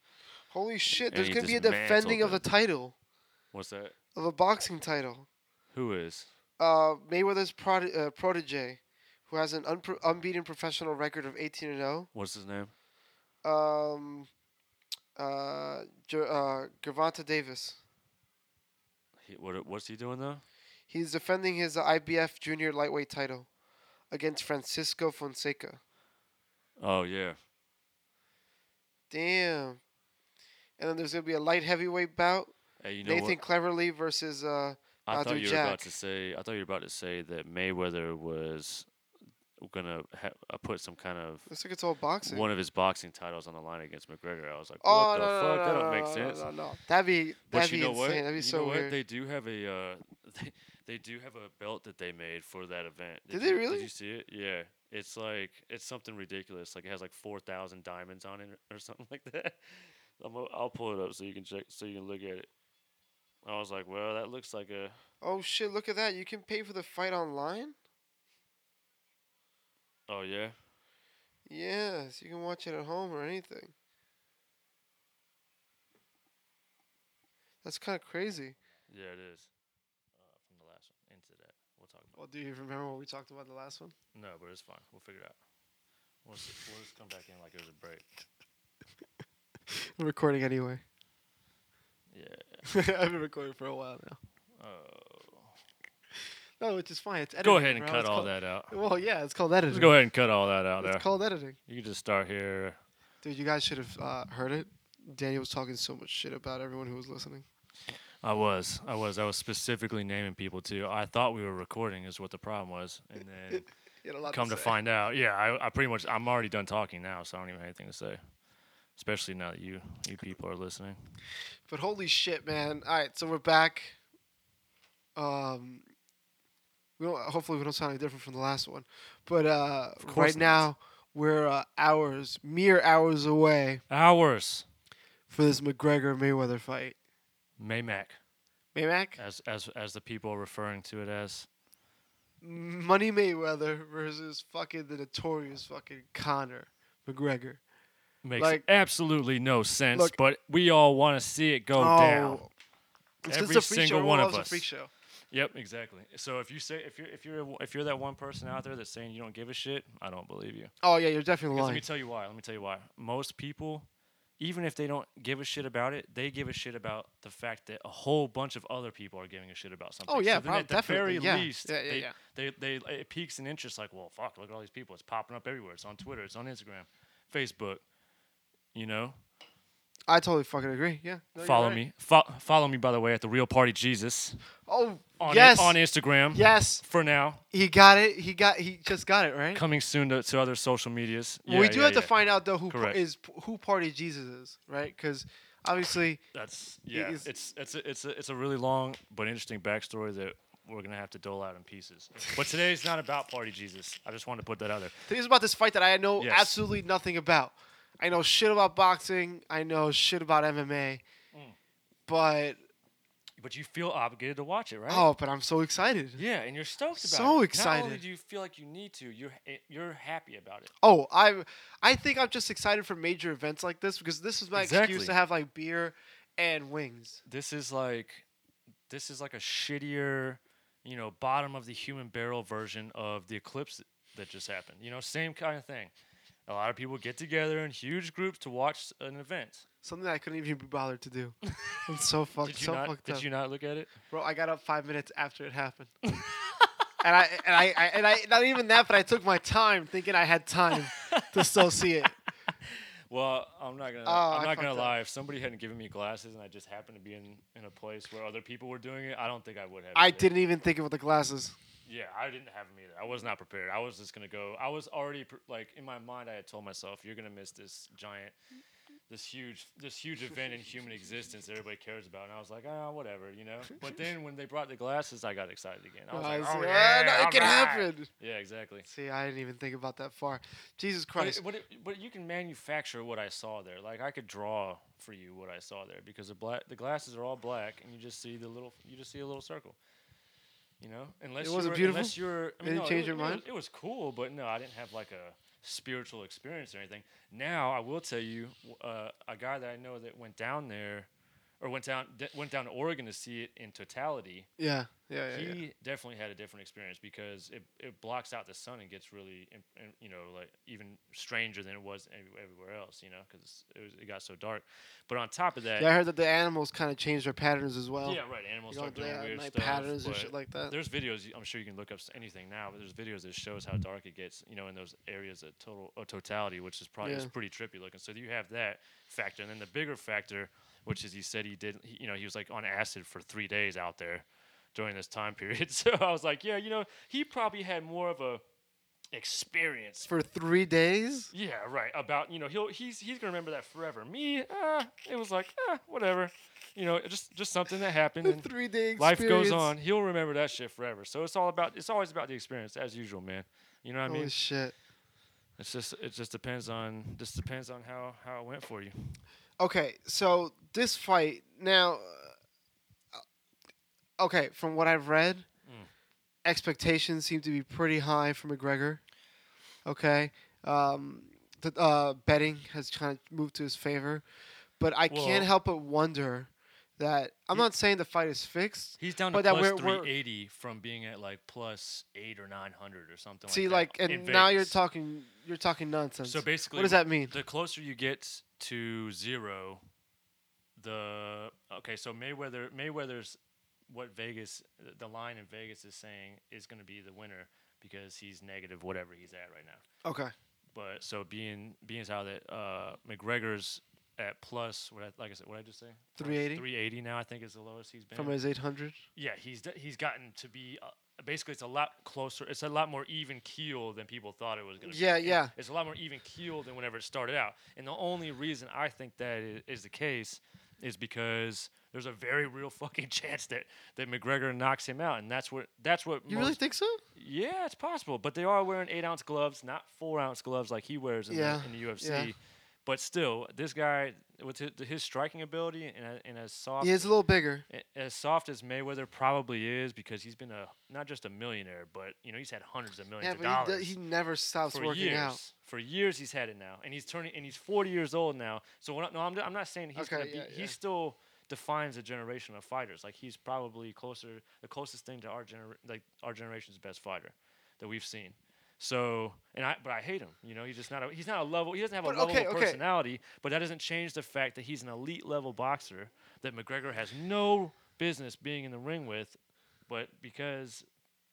Speaker 1: Holy shit!
Speaker 4: And
Speaker 1: There's
Speaker 4: he
Speaker 1: gonna be a
Speaker 4: dismantled
Speaker 1: defending of a
Speaker 4: them.
Speaker 1: title
Speaker 4: What's that?
Speaker 1: of a boxing title.
Speaker 4: Who is?
Speaker 1: Uh, Mayweather's prod- uh, protege, who has an unpro- unbeaten professional record of 18 and 0.
Speaker 4: What's his name?
Speaker 1: Um, uh, Ger- uh, Gervonta Davis.
Speaker 4: He, what, what's he doing though?
Speaker 1: He's defending his IBF junior lightweight title against Francisco Fonseca.
Speaker 4: Oh yeah.
Speaker 1: Damn. And then there's gonna be a light heavyweight bout.
Speaker 4: Hey, you know
Speaker 1: Nathan
Speaker 4: what?
Speaker 1: Cleverly versus uh,
Speaker 4: I
Speaker 1: Dr.
Speaker 4: thought you were
Speaker 1: Jack.
Speaker 4: about to say. I thought you were about to say that Mayweather was gonna ha- uh, put some kind of
Speaker 1: looks like it's all boxing.
Speaker 4: one of his boxing titles on the line against McGregor. I was like, what
Speaker 1: Oh,
Speaker 4: the
Speaker 1: no, no,
Speaker 4: fuck?
Speaker 1: no,
Speaker 4: that
Speaker 1: no, no,
Speaker 4: don't make
Speaker 1: no,
Speaker 4: sense.
Speaker 1: No, no, That'd be that'd
Speaker 4: But you
Speaker 1: be
Speaker 4: know
Speaker 1: insane.
Speaker 4: what?
Speaker 1: That'd be
Speaker 4: you
Speaker 1: so
Speaker 4: know what?
Speaker 1: weird.
Speaker 4: They do have a uh, *laughs* they, they do have a belt that they made for that event.
Speaker 1: Did
Speaker 4: you-
Speaker 1: they really?
Speaker 4: Did you see it? Yeah. It's like it's something ridiculous. Like it has like four thousand diamonds on it or something *laughs* like that. I'm, gonna- I'll pull it up so you can check so you can look at it. I was like, well, that looks like a
Speaker 1: oh shit! Look at that. You can pay for the fight online.
Speaker 4: oh yeah.
Speaker 1: Yes, you can watch it at home or anything. That's kind of crazy.
Speaker 4: Yeah, it is. Uh, from the last one into that, we'll talk about.
Speaker 1: Well, do you remember what we talked about the last one?
Speaker 4: it. No, but it's fine. We'll figure it out. We'll just, we'll just come back in like there's a break.
Speaker 1: I'm recording *laughs* anyway.
Speaker 4: Yeah.
Speaker 1: I've been recording for a while now.
Speaker 4: Oh.
Speaker 1: No, which is fine. It's editing.
Speaker 4: Go ahead and
Speaker 1: bro.
Speaker 4: cut
Speaker 1: It's
Speaker 4: all
Speaker 1: called-
Speaker 4: that out.
Speaker 1: Well, yeah, it's called editing.
Speaker 4: Just go ahead and cut all that out
Speaker 1: It's
Speaker 4: there.
Speaker 1: called editing.
Speaker 4: You can just start here.
Speaker 1: Dude, you guys should have uh, heard it. Daniel was talking so much shit about everyone who was listening.
Speaker 4: I was, I was, I was specifically naming people too. I thought we were recording, is what the problem was, and then
Speaker 1: He had a lot
Speaker 4: come to,
Speaker 1: say.
Speaker 4: find out, yeah, I, I pretty much, I'm already done talking now, so I don't even have anything to say. Especially now that you, you people are listening.
Speaker 1: But holy shit, man! All right, so we're back. Um, we don't. Hopefully, we don't sound any different from the last one. But uh,
Speaker 4: course
Speaker 1: right
Speaker 4: not.
Speaker 1: now, we're uh, hours, mere hours away
Speaker 4: Hours,
Speaker 1: for this McGregor Mayweather fight.
Speaker 4: Maymac,
Speaker 1: Maymac,
Speaker 4: as as as the people are referring to it as.
Speaker 1: Money Mayweather versus fucking the notorious fucking Connor McGregor.
Speaker 4: Makes
Speaker 1: Like-
Speaker 4: absolutely no sense,
Speaker 1: Look- Oh.
Speaker 4: but we all want to see it go down.
Speaker 1: It's 'cause
Speaker 4: Every
Speaker 1: it's a freak
Speaker 4: single
Speaker 1: show. Everyone
Speaker 4: one of
Speaker 1: loves
Speaker 4: us.
Speaker 1: A freak show.
Speaker 4: Yep, exactly. So if you say if you're if you're a- if you're that one person out there that's saying you don't give a shit, I don't believe you.
Speaker 1: Oh yeah, you're definitely
Speaker 4: 'Cause Let me
Speaker 1: lying.
Speaker 4: tell you why. Let me tell you why. Most people, even if they don't give a shit about it, they give a shit about the fact that a whole bunch of other people are giving a shit about something.
Speaker 1: Oh, yeah,
Speaker 4: so then
Speaker 1: prob-
Speaker 4: at the
Speaker 1: definitely,
Speaker 4: very
Speaker 1: yeah.
Speaker 4: least,
Speaker 1: Yeah, yeah,
Speaker 4: they,
Speaker 1: yeah.
Speaker 4: they they it piques an interest. Like, well, fuck, look at all these people. It's popping up everywhere. It's on Twitter. It's on Instagram, Facebook. You know,
Speaker 1: I totally fucking agree. Yeah. No, you're
Speaker 4: follow
Speaker 1: right.
Speaker 4: me. Fo- follow me by the way at the Real Party Jesus
Speaker 1: Oh
Speaker 4: on I-
Speaker 1: yes.
Speaker 4: on Instagram.
Speaker 1: Yes.
Speaker 4: For now,
Speaker 1: He got it. He got. He just got it right.
Speaker 4: coming soon to, to other social medias.
Speaker 1: Well, we
Speaker 4: Yeah,
Speaker 1: do
Speaker 4: yeah,
Speaker 1: have to
Speaker 4: yeah.
Speaker 1: find out though who par-
Speaker 4: Correct.
Speaker 1: is who Party Jesus is, right? Because obviously,
Speaker 4: That's yeah.
Speaker 1: is-
Speaker 4: It's it's a, it's a, it's a really long but interesting backstory that we're gonna have to dole out in pieces. But today's not about party Jesus. I just wanted to put that out there.
Speaker 1: today's about this fight that I know
Speaker 4: Yes.
Speaker 1: absolutely nothing about. I know shit about boxing. I know shit about MMA.
Speaker 4: Mm.
Speaker 1: But
Speaker 4: But you feel obligated to watch it, right?
Speaker 1: oh, but I'm so excited.
Speaker 4: Yeah, and you're stoked about it.
Speaker 1: So
Speaker 4: Not only
Speaker 1: excited.
Speaker 4: do you feel like you need to, you're eh, you're happy about it.
Speaker 1: Oh, I I think I'm just excited for major events like this because this is my excuse
Speaker 4: Exactly.
Speaker 1: to have like beer and wings.
Speaker 4: This is like this is like a shittier, you know, bottom of the human barrel version of the eclipse that just happened. You know, same kind of thing. A lot of people get together in huge groups to watch an event.
Speaker 1: Something that I couldn't even be bothered to do. I'm so fucked.
Speaker 4: Did you
Speaker 1: So
Speaker 4: not?
Speaker 1: fucked
Speaker 4: Did
Speaker 1: up.
Speaker 4: you not look at it?
Speaker 1: Bro, I got up five minutes after it happened. and I and I, I and I not even that, but I took my time thinking I had time to still see it.
Speaker 4: Well, I'm not gonna.
Speaker 1: Oh, I
Speaker 4: I'm not gonna
Speaker 1: fucked up.
Speaker 4: lie. If somebody hadn't given me glasses and I just happened to be in, in a place where other people were doing it, I don't think I would have.
Speaker 1: I
Speaker 4: did it.
Speaker 1: didn't even think about the glasses.
Speaker 4: Yeah, I didn't have them either. I was not prepared. I was just gonna go. I was already pre- like in my mind. I had told myself, "You're gonna miss this giant, this huge, this huge event in human existence that everybody cares about." And I was like, "Ah, whatever," you know. But then when they brought the glasses, I got excited again. I was
Speaker 1: I
Speaker 4: like,
Speaker 1: was
Speaker 4: "Oh
Speaker 1: like,
Speaker 4: yeah,
Speaker 1: "Ah, no, it
Speaker 4: all
Speaker 1: can
Speaker 4: right."
Speaker 1: happen."
Speaker 4: Yeah, exactly.
Speaker 1: See, I didn't even think about that far. Jesus
Speaker 4: But,
Speaker 1: Christ.
Speaker 4: it, but, it, but you can manufacture what I saw there. Like I could draw for you what I saw there because the black the glasses are all black and you just see the little you just see a little circle. You know, unless you
Speaker 1: wasn't
Speaker 4: were-
Speaker 1: beautiful?
Speaker 4: Unless you're, I
Speaker 1: It
Speaker 4: mean,
Speaker 1: didn't
Speaker 4: no,
Speaker 1: change
Speaker 4: it,
Speaker 1: your
Speaker 4: wa- it
Speaker 1: mind?
Speaker 4: Was, it was cool, but no, I didn't have like a spiritual experience or anything. Now I will tell you, w- uh, a guy that I know that went down there, or went down d- went down to Oregon to see it in totality
Speaker 1: yeah, yeah, yeah. yeah.
Speaker 4: he definitely had a different experience because it, it blocks out the sun and gets really im- im- you know like even stranger than it was any- everywhere else you know because it, was- it got so dark but on top of that
Speaker 1: Yeah, I heard that the animals kind of changed their patterns as well.
Speaker 4: yeah, right animals
Speaker 1: You know,
Speaker 4: start doing
Speaker 1: yeah,
Speaker 4: weird
Speaker 1: night
Speaker 4: stuff
Speaker 1: patterns and
Speaker 4: but
Speaker 1: shit like that.
Speaker 4: there's videos you- i'm sure you can look up s- anything now but there's videos that shows how dark it gets you know in those areas of total of totality which is probably is
Speaker 1: Yeah.
Speaker 4: pretty trippy looking so you have that factor and then the bigger factor which is he said he did he, you know he was like on acid for three days out there during this time period *laughs* so i was like yeah you know he probably had more of a experience
Speaker 1: For three days?
Speaker 4: yeah, right. About you know he'll he's he's gonna remember that forever. Me, uh, it was like uh, whatever, you know, just just something that happened.
Speaker 1: *laughs*
Speaker 4: And
Speaker 1: three day
Speaker 4: life goes
Speaker 1: experience.
Speaker 4: on. He'll remember that shit forever. So it's all about it's always about the experience as usual, man. You know what I
Speaker 1: Holy
Speaker 4: mean?
Speaker 1: shit.
Speaker 4: It's just it just depends on just depends on how how it went for you.
Speaker 1: Okay, so this fight now. uh, Okay, from what I've read,
Speaker 4: Mm.
Speaker 1: expectations seem to be pretty high for McGregor. Okay, um, the uh, betting has kind of moved to his favor, but I
Speaker 4: Well-
Speaker 1: can't help but wonder that I'm not saying the fight is fixed.
Speaker 4: He's down
Speaker 1: to But
Speaker 4: to
Speaker 1: that plus we're- we're-
Speaker 4: 380 from being at like plus eight or nine hundred or something.
Speaker 1: See, like, and now you're talking, you're talking nonsense.
Speaker 4: So basically,
Speaker 1: what does that mean?
Speaker 4: The closer you get to zero, the okay. So Mayweather Mayweather's what Vegas, the line in Vegas is saying is going to be the winner because he's negative whatever he's at right now.
Speaker 1: Okay.
Speaker 4: But so being being as how that uh, McGregor's at plus what I, like I said what I just say
Speaker 1: 380?
Speaker 4: three eighty now I think is the lowest he's been
Speaker 1: From his 800.
Speaker 4: yeah, he's d- he's gotten to be uh, basically it's a lot closer. It's a lot more even keel than people thought it was going to
Speaker 1: Yeah,
Speaker 4: be. And
Speaker 1: yeah.
Speaker 4: It's a lot more even keel than whenever it started out. And the only reason I think that is, is the case is because there's a very real fucking *laughs* chance that that McGregor knocks him out, and that's what that's what
Speaker 1: You really
Speaker 4: most-
Speaker 1: think so?
Speaker 4: yeah, it's possible, but they are wearing eight ounce gloves, not four ounce gloves like he wears in,
Speaker 1: Yeah,
Speaker 4: the, in the UFC.
Speaker 1: yeah.
Speaker 4: But still, this guy with his, his striking ability and, a, and as soft
Speaker 1: Yeah, it's a little bigger.
Speaker 4: a- as soft as Mayweather probably is because he's been a not just a millionaire, but you know he's had hundreds of millions
Speaker 1: Yeah,
Speaker 4: of
Speaker 1: but he,
Speaker 4: dollars
Speaker 1: d- he never stops
Speaker 4: for
Speaker 1: working
Speaker 4: years.
Speaker 1: out.
Speaker 4: For years he's had it now, and he's turning and he's 40 years old now. So we're not, no, I'm, d- I'm not saying he's gonna
Speaker 1: Okay,
Speaker 4: be.
Speaker 1: yeah,
Speaker 4: He
Speaker 1: yeah.
Speaker 4: still defines a generation of fighters. Like he's probably closer, the closest thing to our gener like our generation's best fighter that we've seen. So and I, but I hate him. You know, he's just not a he's not a level. He doesn't have
Speaker 1: But
Speaker 4: a level
Speaker 1: okay, okay.
Speaker 4: personality. But that doesn't change the fact that he's an elite level boxer that McGregor has no business being in the ring with. But because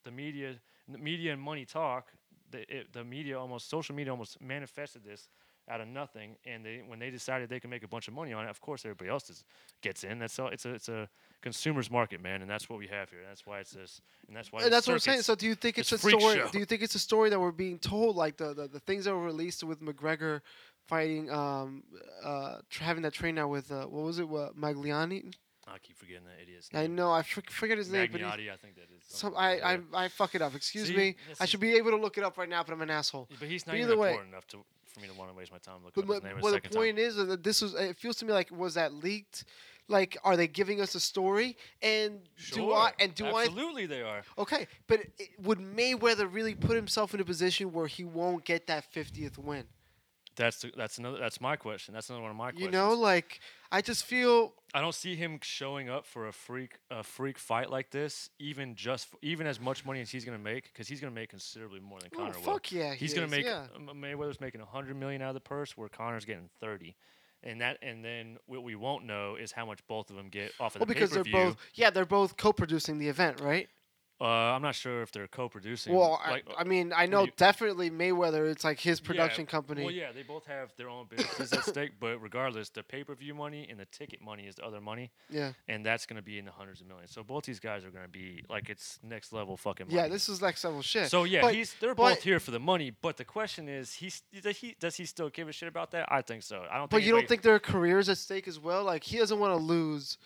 Speaker 4: the media, the media and money talk, the it, the media almost social media almost manifested this out of nothing. And they when they decided they could make a bunch of money on it, of course everybody else is, gets in. That's all. It's a it's a consumers market, man, and that's what we have here. That's why it's this, and that's why
Speaker 1: And
Speaker 4: the
Speaker 1: Uh, that's what I'm saying.
Speaker 4: circus-
Speaker 1: So do you think it's, a
Speaker 4: it's freak
Speaker 1: story?
Speaker 4: show.
Speaker 1: Do you think it's a story that we're being told, like the the, the things that were released with McGregor fighting, um, uh, tr- having that train out with uh, what was it, what Magliani?
Speaker 4: I keep forgetting that idiot's
Speaker 1: I
Speaker 4: name.
Speaker 1: know I fr- forget his name, but he,
Speaker 4: Magnotti, I think that is.
Speaker 1: some
Speaker 4: something
Speaker 1: I,
Speaker 4: like
Speaker 1: I
Speaker 4: that.
Speaker 1: I fuck it up. Excuse
Speaker 4: See,
Speaker 1: me.
Speaker 4: this
Speaker 1: I
Speaker 4: is-
Speaker 1: should be able to look it up right now, but I'm an asshole.
Speaker 4: But he's not
Speaker 1: but
Speaker 4: even
Speaker 1: either way-
Speaker 4: important enough to for me to want to waste my time looking
Speaker 1: But
Speaker 4: up
Speaker 1: my,
Speaker 4: his name a
Speaker 1: well, the
Speaker 4: second
Speaker 1: point
Speaker 4: time.
Speaker 1: is that this was. It feels to me like was that leaked? Like, are they giving us a story? And do I?
Speaker 4: Sure,
Speaker 1: And do I?
Speaker 4: Absolutely, they are.
Speaker 1: Okay, but it, would Mayweather really put himself in a position where he won't get that 50th win?
Speaker 4: That's the, that's another that's my question. That's another one of my
Speaker 1: You
Speaker 4: questions.
Speaker 1: know, like I just feel
Speaker 4: I don't see him showing up for a freak a freak fight like this, even just f even as much money as he's gonna make, because he's gonna make considerably more than
Speaker 1: Oh,
Speaker 4: Connor will.
Speaker 1: fuck yeah, he
Speaker 4: he's gonna
Speaker 1: is,
Speaker 4: make
Speaker 1: yeah.
Speaker 4: M- Mayweather's making hundred million out of the purse, where Connor's getting thirty, and that and then what we won't know is how much both of them get off of
Speaker 1: well
Speaker 4: the
Speaker 1: because they're
Speaker 4: pay-per-view.
Speaker 1: both yeah they're both co-producing the event, right?
Speaker 4: Uh, I'm not sure if they're co-producing.
Speaker 1: Well,
Speaker 4: like,
Speaker 1: I, I mean I know
Speaker 4: you-
Speaker 1: definitely Mayweather. It's like his
Speaker 4: yeah,
Speaker 1: production company.
Speaker 4: Well, yeah, they both have their own businesses at stake, *laughs* but regardless, the pay-per-view money and the ticket money is the other money.
Speaker 1: yeah,
Speaker 4: and that's going to be in the hundreds of millions. So both these guys are going to be like it's next level fucking. Money.
Speaker 1: yeah. This is like several shit.
Speaker 4: So yeah,
Speaker 1: But-
Speaker 4: he's they're
Speaker 1: but-
Speaker 4: both here for the money, but the question is, he's does he does he still give a shit about that? I think so. I
Speaker 1: But
Speaker 4: don't. think
Speaker 1: you don't
Speaker 4: anybody-
Speaker 1: think there are careers at stake as well? Like he doesn't want to lose,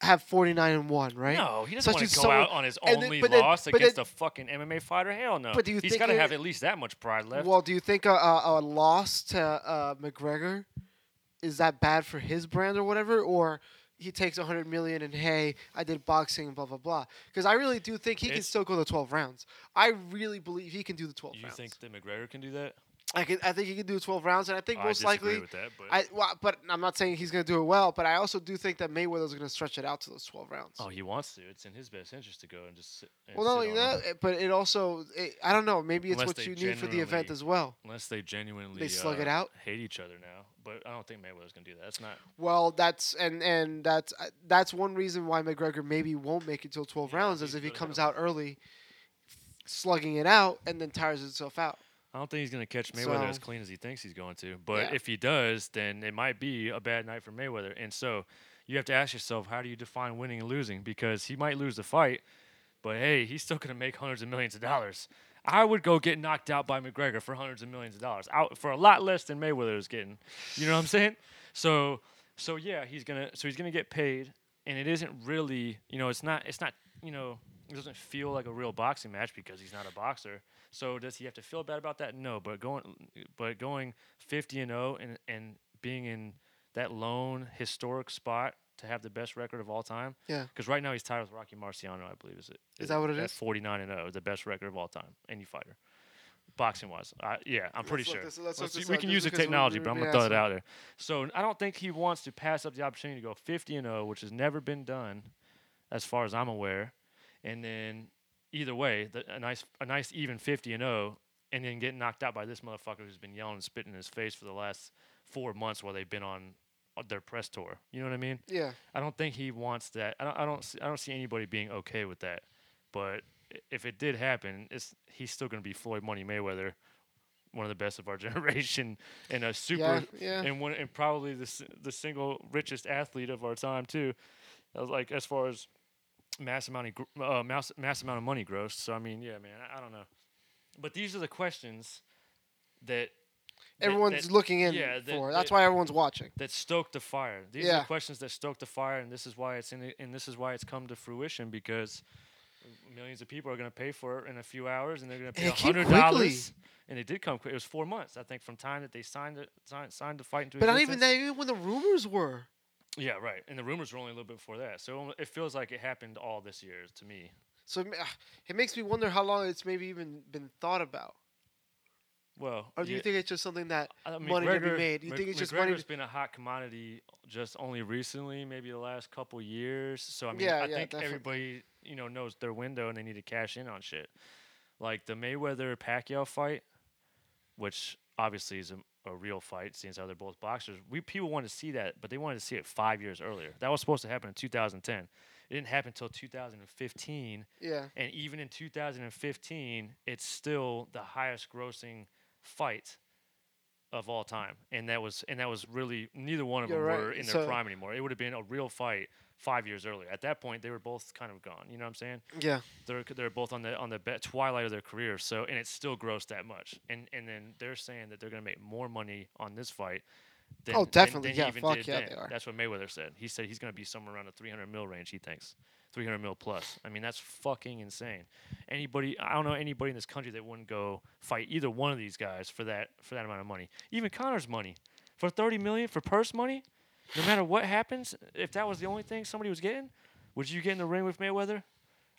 Speaker 1: have forty nine and one, right?
Speaker 4: No, he
Speaker 1: So
Speaker 4: doesn't want
Speaker 1: she's
Speaker 4: to go
Speaker 1: so-
Speaker 4: out on his
Speaker 1: and then-
Speaker 4: only
Speaker 1: but then-
Speaker 4: loss
Speaker 1: but
Speaker 4: against
Speaker 1: then-
Speaker 4: a fucking MMA fighter. Hell no.
Speaker 1: But do you
Speaker 4: he's
Speaker 1: think
Speaker 4: got to
Speaker 1: it-
Speaker 4: have at least that much pride left.
Speaker 1: Well, do you think a, a, a loss to uh, McGregor is that bad for his brand or whatever, or he takes a hundred million and hey, I did boxing and blah blah blah? Because I really do think he can
Speaker 4: It's-
Speaker 1: still go the twelve rounds. I really believe he can do the twelve
Speaker 4: you
Speaker 1: rounds.
Speaker 4: think that McGregor can do that?
Speaker 1: I can. I think he can do twelve rounds, and I think
Speaker 4: Oh, I
Speaker 1: most
Speaker 4: disagree
Speaker 1: likely.
Speaker 4: with that, but
Speaker 1: I well, but I'm not saying he's going to do it well, but I also do think that Mayweather's going to stretch it out to those 12 rounds.
Speaker 4: oh, he wants to. It's in his best interest to go and just. Sit, and
Speaker 1: Well, not
Speaker 4: sit
Speaker 1: only
Speaker 4: on him.
Speaker 1: that, eh, but it also, it, I don't know, maybe it's
Speaker 4: Unless
Speaker 1: what
Speaker 4: they
Speaker 1: you need for the event
Speaker 4: genuinely-
Speaker 1: as well.
Speaker 4: Unless they genuinely
Speaker 1: slug
Speaker 4: uh,
Speaker 1: it out?
Speaker 4: hate each other now, but I don't think Mayweather's gonna do that. That's not
Speaker 1: Well, that's, and, and that's, uh, that's one reason why McGregor maybe won't make it till 12
Speaker 4: Yeah,
Speaker 1: rounds
Speaker 4: he's
Speaker 1: is if he
Speaker 4: good
Speaker 1: comes
Speaker 4: at it.
Speaker 1: out early, slugging it out, and then tires himself out.
Speaker 4: I don't think he's going to catch Mayweather as
Speaker 1: So-
Speaker 4: clean as he thinks he's going to. But
Speaker 1: Yeah.
Speaker 4: if he does, then it might be a bad night for Mayweather. And so you have to ask yourself, how do you define winning and losing? Because he might lose the fight, but hey, he's still going to make hundreds of millions of dollars. I would go get knocked out by McGregor for hundreds of millions of dollars out for a lot less than Mayweather is getting. You know what I'm saying? So, so yeah, he's gonna so he's gonna get paid, and it isn't really you know it's not it's not you know it doesn't feel like a real boxing match because he's not a boxer. So does he have to feel bad about that? No, but going but going 50 and 0 and and being in that lone historic spot to have the best record of all time.
Speaker 1: Yeah.
Speaker 4: Because right now he's tied with Rocky Marciano, I believe is it.
Speaker 1: Is that what it
Speaker 4: at
Speaker 1: is?
Speaker 4: 49 and 0, the best record of all time, any fighter. Boxing wise, I, yeah, I'm pretty
Speaker 1: Let's look
Speaker 4: sure.
Speaker 1: this- let's look
Speaker 4: see-
Speaker 1: this
Speaker 4: we
Speaker 1: up
Speaker 4: can
Speaker 1: just
Speaker 4: use the
Speaker 1: because we-
Speaker 4: technology,
Speaker 1: we
Speaker 4: but I'm
Speaker 1: would
Speaker 4: gonna
Speaker 1: be
Speaker 4: throw it out there. So I don't think he wants to pass up the opportunity to go 50 and 0, which has never been done, as far as I'm aware. And then either way, the, a nice a nice even 50 and 0, and then get knocked out by this motherfucker who's been yelling and spitting in his face for the last four months while they've been on uh, their press tour. You know what I mean?
Speaker 1: Yeah.
Speaker 4: I don't think he wants that. I don't. I don't. See, I don't see anybody being okay with that. But i- if it did happen, it's he's still going to be Floyd Money Mayweather, one of the best of our *laughs* generation, and a super,
Speaker 1: yeah.
Speaker 4: and one and probably the si- the single richest athlete of our time too. I was Like as far as mass amount of gr- uh, mass, mass amount of money gross. So I mean, yeah, man, I, I don't know. But these are the questions that that-
Speaker 1: Everyone's
Speaker 4: that-
Speaker 1: looking in
Speaker 4: yeah, that-
Speaker 1: for. it. That's
Speaker 4: that-
Speaker 1: why everyone's watching.
Speaker 4: that stoked the fire. These are
Speaker 1: Yeah.
Speaker 4: the questions that stoked the fire, and this is why it's in it, and this is why it's come to fruition because millions of people are going to pay for it in a few hours, and they're going to pay
Speaker 1: it came
Speaker 4: hundred dollars. And it did come quick. It was four months, I think, from time that they signed it, signed, signed the fight into.
Speaker 1: But not even
Speaker 4: existence.
Speaker 1: that. Even when the rumors were.
Speaker 4: Yeah, right. And the rumors were only a little bit before that, so it feels like it happened all this year to me.
Speaker 1: So it ma- ah, it makes me wonder how long it's maybe even been thought about.
Speaker 4: Well,
Speaker 1: Or do
Speaker 4: yeah,
Speaker 1: you think it's just something that
Speaker 4: I mean,
Speaker 1: money to
Speaker 4: McGregor-
Speaker 1: be made? You
Speaker 4: Mc-
Speaker 1: think it's just money?
Speaker 4: McGregor's
Speaker 1: To,
Speaker 4: been a hot commodity just only recently, maybe the last couple years. So I mean,
Speaker 1: Yeah,
Speaker 4: I
Speaker 1: yeah,
Speaker 4: think
Speaker 1: definitely.
Speaker 4: everybody you know knows their window and they need to cash in on shit. Like the Mayweather Pacquiao fight, which obviously is a, a real fight, since how they're both boxers. We people wanted to see that, but they wanted to see it five years earlier. That was supposed to happen in 2010. It didn't happen until 2015.
Speaker 1: yeah,
Speaker 4: And even in 2015, it's still the highest grossing fight of all time. And that was and that was really neither one of
Speaker 1: You're
Speaker 4: them
Speaker 1: right.
Speaker 4: were in their
Speaker 1: So-
Speaker 4: prime anymore. It would have been a real fight 5 years earlier. At that point, they were both kind of gone, you know what I'm saying?
Speaker 1: yeah.
Speaker 4: They're they're both on the on the be- twilight of their career. So and it's still grossed that much. And and then they're saying that they're going to make more money on this fight than
Speaker 1: Oh,
Speaker 4: than-
Speaker 1: definitely.
Speaker 4: than he
Speaker 1: Yeah,
Speaker 4: even
Speaker 1: fuck
Speaker 4: did
Speaker 1: yeah,
Speaker 4: then.
Speaker 1: they are.
Speaker 4: That's what Mayweather said. He said he's going to be somewhere around the 300 mil range. He thinks 300 mil plus. I mean, that's fucking insane. Anybody, I don't know anybody in this country that wouldn't go fight either one of these guys for that for that amount of money. Even Connor's money for 30 million for purse money. No matter what happens, if that was the only thing somebody was getting, would you get in the ring with Mayweather?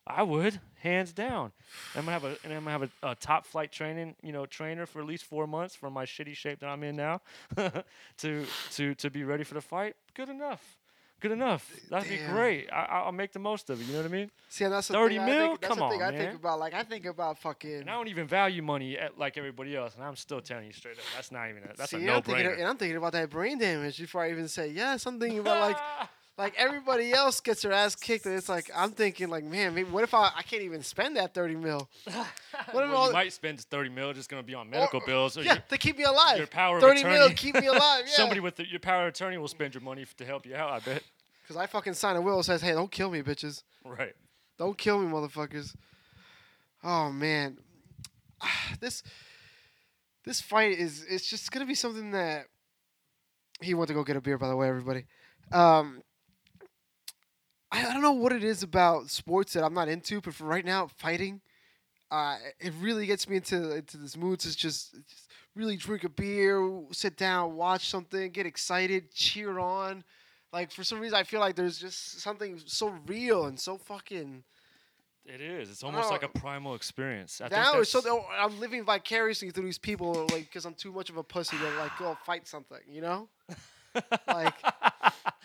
Speaker 4: I would, hands down. I'm gonna have a and I'm gonna have a, a top flight training, you know, trainer for at least four months for my shitty shape that I'm in now, *laughs* to to to be ready for the fight. Good enough, good enough. That'd be
Speaker 1: Damn.
Speaker 4: great. I, I'll make the most of it. You know what I mean?
Speaker 1: See, and that's the
Speaker 4: 30
Speaker 1: thing I
Speaker 4: mil?
Speaker 1: think, that's
Speaker 4: Come
Speaker 1: the thing
Speaker 4: on,
Speaker 1: I
Speaker 4: man.
Speaker 1: think about. Like I think about fucking.
Speaker 4: And I don't even value money at, like everybody else, and I'm still telling you straight up, that's not even a, that's
Speaker 1: see,
Speaker 4: a
Speaker 1: and I'm thinking,
Speaker 4: no-brainer.
Speaker 1: and I'm thinking about that brain damage before I even say yeah.
Speaker 4: *laughs*
Speaker 1: Something about like like everybody else gets their ass kicked, and it's like I'm thinking like man, maybe, what if I I can't even spend that thirty
Speaker 4: *laughs*
Speaker 1: mil? What if
Speaker 4: Well,
Speaker 1: all
Speaker 4: you might spend 30 mil just gonna be on medical bills. Or
Speaker 1: yeah
Speaker 4: your,
Speaker 1: to keep me alive?
Speaker 4: your power of
Speaker 1: thirty
Speaker 4: attorney.
Speaker 1: mil keep me alive.
Speaker 4: *laughs*
Speaker 1: Yeah.
Speaker 4: Somebody with the, your power of attorney will spend your money f- to help you out. I bet. *laughs*
Speaker 1: Because I fucking sign a will that says, hey, don't kill me, bitches.
Speaker 4: Right.
Speaker 1: Don't kill me, motherfuckers. Oh, man. *sighs* This this fight is it's just going to be something that. He went to go get a beer, by the way, everybody. Um, I, I don't know what it is about sports that I'm not into, but for right now, fighting, uh, it really gets me into into this mood. To just, just really drink a beer, sit down, watch something, get excited, cheer on. Like for some reason, I feel like there's just something so real and so fucking.
Speaker 4: It is. It's almost like a
Speaker 1: Oh.
Speaker 4: primal experience. I
Speaker 1: now
Speaker 4: think
Speaker 1: it's so
Speaker 4: that's-
Speaker 1: oh, I'm living vicariously through these people, like because I'm too much of a pussy to like go fight something, you
Speaker 4: *laughs*
Speaker 1: know? like,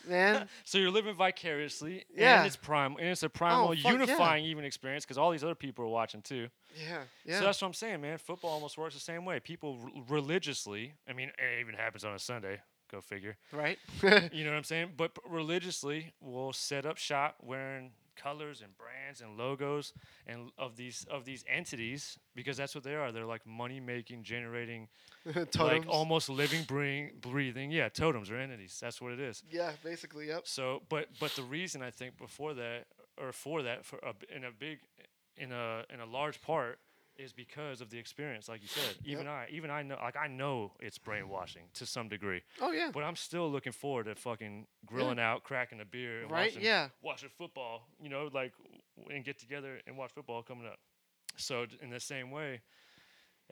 Speaker 1: man,
Speaker 4: so you're living vicariously,
Speaker 1: Yeah. Oh,
Speaker 4: and it's prime, and it's a primal,
Speaker 1: fuck yeah.
Speaker 4: unifying even experience because all these other people are watching too.
Speaker 1: yeah, yeah.
Speaker 4: So that's what I'm saying, man. Football almost works the same way. People r- religiously, I mean, it even happens on a Sunday. Go figure.
Speaker 1: *laughs* right?
Speaker 4: You know what I'm saying? But p- religiously, we'll set up shop wearing colors and brands and logos and l- of these of these entities because that's what they are. They're like money making, generating,
Speaker 1: Totems.
Speaker 4: like almost living, bring, breathing. Yeah, totems or entities. That's what it is.
Speaker 1: yeah, basically, yep.
Speaker 4: So, but but the reason I think before that or for that for a, b- in a big in a in a large part is because of the experience, like you said. Even I even I know like I know it's brainwashing to some degree,
Speaker 1: Oh yeah.
Speaker 4: but I'm still looking forward to fucking grilling out, cracking a beer, and
Speaker 1: Right?
Speaker 4: Watching,
Speaker 1: Yeah.
Speaker 4: watching football. You know, like w- and get together and watch football coming up. So d- in the same way.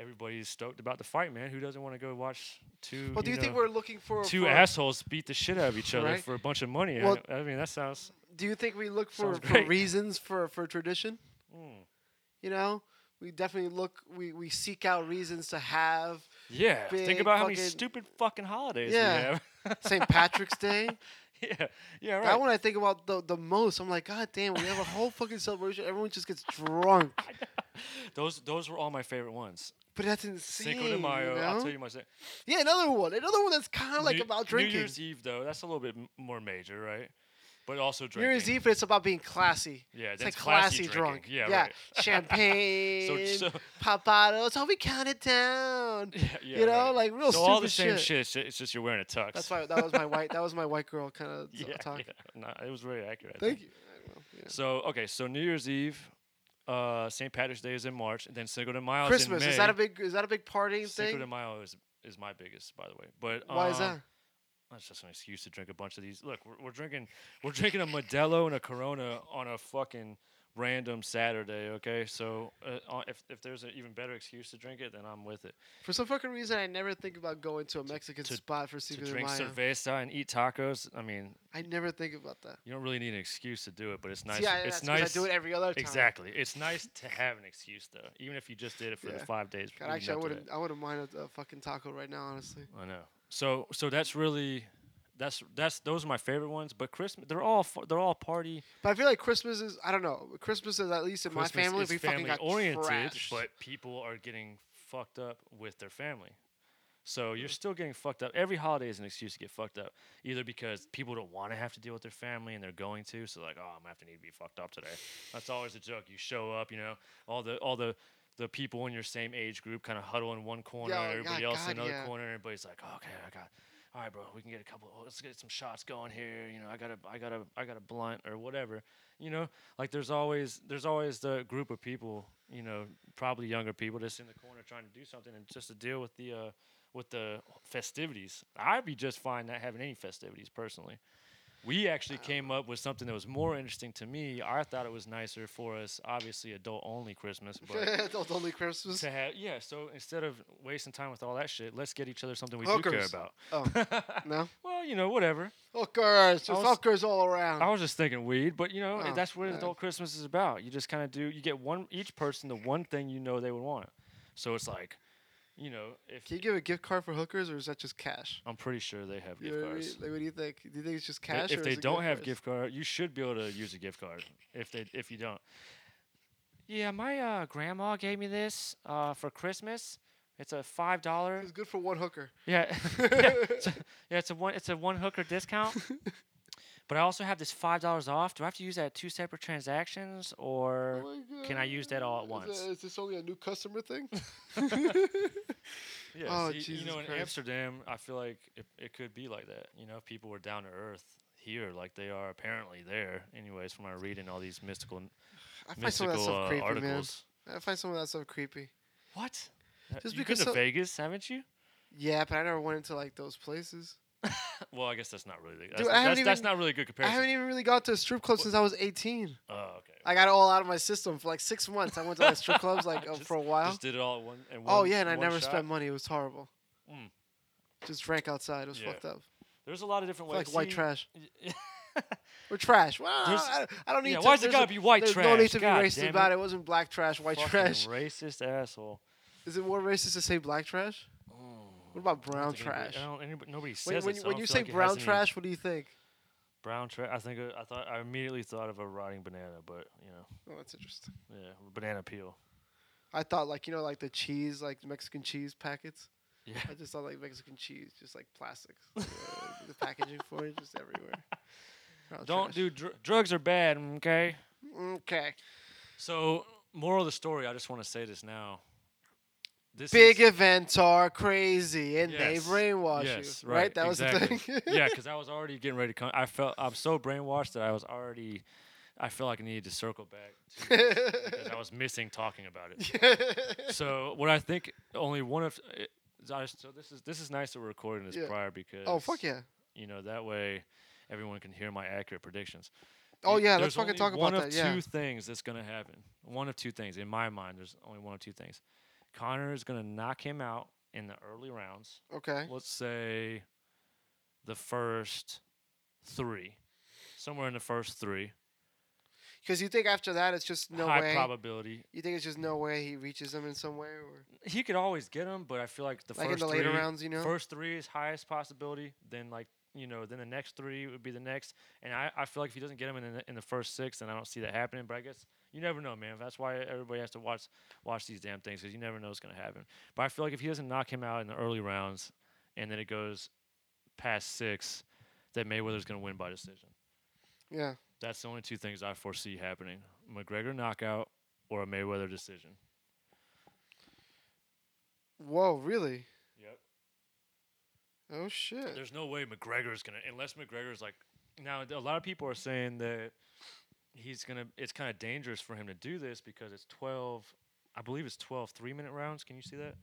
Speaker 4: Everybody's stoked about the fight, man. Who doesn't want to go watch two?
Speaker 1: Well, do you
Speaker 4: know,
Speaker 1: think we're looking for
Speaker 4: two
Speaker 1: for-
Speaker 4: assholes beat the shit out of each other
Speaker 1: Right.
Speaker 4: for a bunch of money. I
Speaker 1: Well-
Speaker 4: kn- I, mean, that sounds.
Speaker 1: Do you think we look for,
Speaker 4: Sounds
Speaker 1: for
Speaker 4: great.
Speaker 1: reasons for for tradition?
Speaker 4: Mm.
Speaker 1: You know, we definitely look. We we seek out reasons to have
Speaker 4: Yeah. Think
Speaker 1: Big
Speaker 4: about how many
Speaker 1: fucking-
Speaker 4: stupid fucking holidays
Speaker 1: Yeah.
Speaker 4: we have. *laughs*
Speaker 1: St. Patrick's Day.
Speaker 4: yeah, yeah, right.
Speaker 1: That one I think about the, the most. I'm like, God damn, we have a whole fucking celebration. Everyone just gets drunk.
Speaker 4: those those were all my favorite ones.
Speaker 1: But that's insane.
Speaker 4: Cinco de Mayo.
Speaker 1: you know?
Speaker 4: I'll tell you my se-
Speaker 1: Yeah, another one. Another one that's kind of *laughs* like
Speaker 4: New-
Speaker 1: about drinking.
Speaker 4: New Year's Eve though, that's a little bit m- more major, right? But also
Speaker 1: New
Speaker 4: drinking.
Speaker 1: Year's Eve, but it's about being classy.
Speaker 4: Yeah,
Speaker 1: it's
Speaker 4: that's
Speaker 1: like
Speaker 4: classy
Speaker 1: classy,
Speaker 4: drinking.
Speaker 1: drunk.
Speaker 4: Yeah, right. *laughs*
Speaker 1: champagne,
Speaker 4: so-
Speaker 1: pop bottles. Oh, we counted
Speaker 4: *laughs*
Speaker 1: down.
Speaker 4: Yeah, yeah,
Speaker 1: you know,
Speaker 4: right.
Speaker 1: like real
Speaker 4: so
Speaker 1: stupid
Speaker 4: all the same
Speaker 1: shit.
Speaker 4: shit. shit, It's just you're wearing a tux.
Speaker 1: That's why that was my white. That was my white girl kind of
Speaker 4: *laughs* yeah,
Speaker 1: talk.
Speaker 4: yeah. No, it was very accurate. I
Speaker 6: Thank
Speaker 4: think.
Speaker 6: you.
Speaker 4: So okay, so New Year's Eve, uh, St. Patrick's Day is in March, and then Cinco de Mayo.
Speaker 1: Christmas
Speaker 4: is, in May.
Speaker 1: is that a big? Is that a big partying
Speaker 4: Cinco
Speaker 1: thing?
Speaker 4: de Mayo is is my biggest, by the way. But
Speaker 1: Why is
Speaker 4: um,
Speaker 1: that?
Speaker 4: That's just an excuse to drink a bunch of these. Look, we're, we're drinking, we're drinking a Modelo and a Corona on a fucking random Saturday. Okay, so uh, on- if if there's an even better excuse to drink it, then I'm with it.
Speaker 1: For some fucking reason, I never think about going to a Mexican
Speaker 4: to-
Speaker 1: spot for
Speaker 4: To
Speaker 1: Cinco de
Speaker 4: drink
Speaker 1: Mayo.
Speaker 4: cerveza and eat tacos, I mean,
Speaker 1: I never think about that.
Speaker 4: you don't really need an excuse to do it, but it's nice.
Speaker 1: See, I,
Speaker 4: it's
Speaker 1: that's 'cause
Speaker 4: nice.
Speaker 1: I do it every other time.
Speaker 4: exactly, it's nice to have an excuse though, even if you just did it for
Speaker 1: Yeah.
Speaker 4: the five days.
Speaker 1: God,
Speaker 4: leading
Speaker 1: actually, I
Speaker 4: up to
Speaker 1: wouldn't. I wouldn't mind a, a fucking taco right now, honestly.
Speaker 4: that. I know. So so that's really. That's that's those are my favorite ones, but Christmas they're all fu- they're all party
Speaker 1: But I feel like Christmas is. I don't know. Christmas is at least in my
Speaker 4: Christmas
Speaker 1: family.
Speaker 4: is
Speaker 1: we fucking got
Speaker 4: family-oriented,
Speaker 1: trashed. *laughs*
Speaker 4: but people are getting fucked up with their family. So you're still getting fucked up. Every holiday is an excuse to get fucked up, either because people don't want to have to deal with their family and they're going to. So like, oh, I'm gonna have to need to be fucked up today. That's always a joke. You show up, you know, all the all the the people in your same age group kind of huddle in one corner,
Speaker 1: Yeah,
Speaker 4: and
Speaker 1: yeah,
Speaker 4: everybody else
Speaker 1: God,
Speaker 4: in another
Speaker 1: yeah.
Speaker 4: corner. And everybody's like, oh, okay, I got. All right, bro. We can get a couple. oh, Let's get some shots going here. You know, I got a, I got a, I got a blunt or whatever. You know, like there's always, there's always the group of people. You know, probably younger people just in the corner trying to do something and just to deal with the, uh, with the festivities. I'd be just fine not having any festivities personally. We actually came up with something that was more interesting to me. I thought it was nicer for us, obviously adult only Christmas,
Speaker 1: *laughs*
Speaker 4: but
Speaker 1: Adult only Christmas.
Speaker 4: to have yeah. So instead of wasting time with all that shit, let's get each other something we
Speaker 1: Hookers.
Speaker 4: do care
Speaker 1: Oh
Speaker 4: about.
Speaker 1: no,
Speaker 4: *laughs* well, you know, whatever.
Speaker 1: hookers, just
Speaker 4: I was-
Speaker 1: hookers all around.
Speaker 4: I was just thinking weed, but you know,
Speaker 1: Oh,
Speaker 4: that's what
Speaker 1: yeah.
Speaker 4: adult Christmas is about. You just kind of do. You get one each person the one thing you know they would want. So it's like, you know, if
Speaker 1: Can you give a gift card for hookers, or is that just cash?
Speaker 4: I'm pretty sure they have
Speaker 1: You
Speaker 4: gift
Speaker 1: know what, I
Speaker 4: cards.
Speaker 1: mean? Like, what do you think? Do you think it's just
Speaker 4: They-
Speaker 1: cash?
Speaker 4: if
Speaker 1: or
Speaker 4: they
Speaker 1: is it
Speaker 4: don't
Speaker 1: gift
Speaker 4: have
Speaker 1: cards?
Speaker 4: gift card, you should be able to use a gift card. If they if you don't, yeah, my uh, grandma gave me this uh, for Christmas. It's a five dollar.
Speaker 1: it's good for one hooker. *laughs*
Speaker 4: Yeah, yeah, it's a, yeah, it's a one it's a one hooker discount. but I also have this five dollars off. Do I have to use that at two separate transactions, or
Speaker 1: Oh
Speaker 4: can I use that all at
Speaker 1: Is,
Speaker 4: once?
Speaker 1: that- is this only a new customer *laughs*
Speaker 4: *laughs*
Speaker 1: thing?
Speaker 4: Yeah,
Speaker 1: Oh,
Speaker 4: so you,
Speaker 1: Jesus
Speaker 4: you know, in
Speaker 1: Christ.
Speaker 4: Amsterdam, I feel like it, it could be like that. You know, if people were down to earth here, like they are apparently there. Anyways, from my reading all these mystical,
Speaker 1: I find some of that
Speaker 4: mystical
Speaker 1: stuff
Speaker 4: uh,
Speaker 1: creepy,
Speaker 4: articles.
Speaker 1: man. I find some of that stuff creepy.
Speaker 4: What? Just
Speaker 1: Just
Speaker 4: You've
Speaker 1: because
Speaker 4: been to
Speaker 1: so-
Speaker 4: Vegas, haven't you?
Speaker 1: Yeah, but I never went into like those places.
Speaker 4: Well, I guess that's not really. That's,
Speaker 1: I haven't
Speaker 4: that's, that's
Speaker 1: even-
Speaker 4: not really a good
Speaker 1: I
Speaker 4: comparison.
Speaker 1: haven't e even really gone to a strip club since I was 18.
Speaker 4: oh, okay.
Speaker 1: I got it all out of my system for like six months. I went to like strip clubs
Speaker 4: *laughs*
Speaker 1: like uh,
Speaker 4: Just-
Speaker 1: for a while.
Speaker 4: Just did it all in one. In
Speaker 1: oh
Speaker 4: one-
Speaker 1: yeah, and I
Speaker 4: one
Speaker 1: never
Speaker 4: shot.
Speaker 1: spent money. It was horrible.
Speaker 4: Mm.
Speaker 1: Just drank outside. It was
Speaker 4: Yeah.
Speaker 1: fucked up.
Speaker 4: There's a lot of different
Speaker 1: Felt
Speaker 4: ways.
Speaker 1: like white
Speaker 4: See,
Speaker 1: trash.
Speaker 4: y- *laughs*
Speaker 1: We're trash. Well, I,
Speaker 4: There's-
Speaker 1: don't- I don't- I don't need.
Speaker 4: yeah,
Speaker 1: to,
Speaker 4: why does it
Speaker 1: there's a-
Speaker 4: gotta be white
Speaker 1: there's No need
Speaker 4: trash?
Speaker 1: to
Speaker 4: God
Speaker 1: be racist
Speaker 4: damn it.
Speaker 1: about it. It wasn't black trash, white
Speaker 4: fucking
Speaker 1: trash.
Speaker 4: Racist asshole.
Speaker 1: Is it more racist to say black trash? What about brown trash?
Speaker 4: Oh. I don't, anybody, nobody says
Speaker 1: When,
Speaker 4: it,
Speaker 1: when,
Speaker 4: so I
Speaker 1: when
Speaker 4: don't
Speaker 1: you
Speaker 4: feel
Speaker 1: say
Speaker 4: like it has
Speaker 1: brown
Speaker 4: any-
Speaker 1: trash, what do you think?
Speaker 4: brown trash. I think uh, I thought I immediately thought of a rotting banana, but you know,
Speaker 1: Oh, that's interesting.
Speaker 4: yeah, banana peel.
Speaker 1: I thought like you know like the cheese like Mexican cheese packets.
Speaker 4: Yeah.
Speaker 1: I just thought like Mexican cheese, just like plastics, uh, the packaging for it, just
Speaker 4: *laughs*
Speaker 1: everywhere. Brown
Speaker 4: Don't
Speaker 1: trash.
Speaker 4: do dr- drugs are bad. Okay.
Speaker 1: okay.
Speaker 4: So moral of the story, I just want to say this now. This
Speaker 1: Big
Speaker 4: is-
Speaker 1: events are crazy, and
Speaker 4: Yes.
Speaker 1: they brainwash
Speaker 4: yes,
Speaker 1: you. Right? That was
Speaker 4: exactly.
Speaker 1: the thing. *laughs*
Speaker 4: yeah, because I was already getting ready to come. I felt I'm so brainwashed that I was already. I feel like I needed to circle back
Speaker 1: *laughs*
Speaker 4: to this because I was missing talking about it. *laughs* So what I think only one of it- I just- so this is this is nice that we're recording this
Speaker 1: Yeah.
Speaker 4: prior because
Speaker 1: *laughs* oh fuck yeah.
Speaker 4: you know that way everyone can hear my accurate predictions.
Speaker 1: Oh
Speaker 4: You-
Speaker 1: yeah. Let's
Speaker 4: there's
Speaker 1: fucking
Speaker 4: only
Speaker 1: talk
Speaker 4: one
Speaker 1: about
Speaker 4: of
Speaker 1: that. Yeah.
Speaker 4: two things that's gonna happen. One of two things in my mind. There's only one of two things. Connor is gonna knock him out in the early rounds.
Speaker 1: Okay.
Speaker 4: Let's say the first three, somewhere in the first three.
Speaker 1: Because you think after that it's just no
Speaker 4: high
Speaker 1: way.
Speaker 4: probability.
Speaker 1: You think it's just no way he reaches them in some way, or
Speaker 4: He could always get him, but I feel like the
Speaker 1: like in
Speaker 4: first
Speaker 1: the later
Speaker 4: three-
Speaker 1: rounds, you know?
Speaker 4: First three is highest possibility. Then like you know, then the next three would be the next. And I, I feel like if he doesn't get him in the, in the first six, then I don't see that happening. But I guess you never know, man. That's why everybody has to watch watch these damn things because you never know what's gonna happen. But I feel like if he doesn't knock him out in the early rounds, and then it goes past six, that Mayweather's gonna win by decision.
Speaker 1: Yeah.
Speaker 4: That's the only two things I foresee happening: McGregor knockout or a Mayweather decision.
Speaker 1: Whoa, really?
Speaker 4: Yep.
Speaker 1: Oh shit.
Speaker 4: There's no way McGregor's gonna unless McGregor's like now a lot of people are saying that he's gonna it's kind of dangerous for him to do this because it's 12 I believe it's 12 3 minute rounds can you see that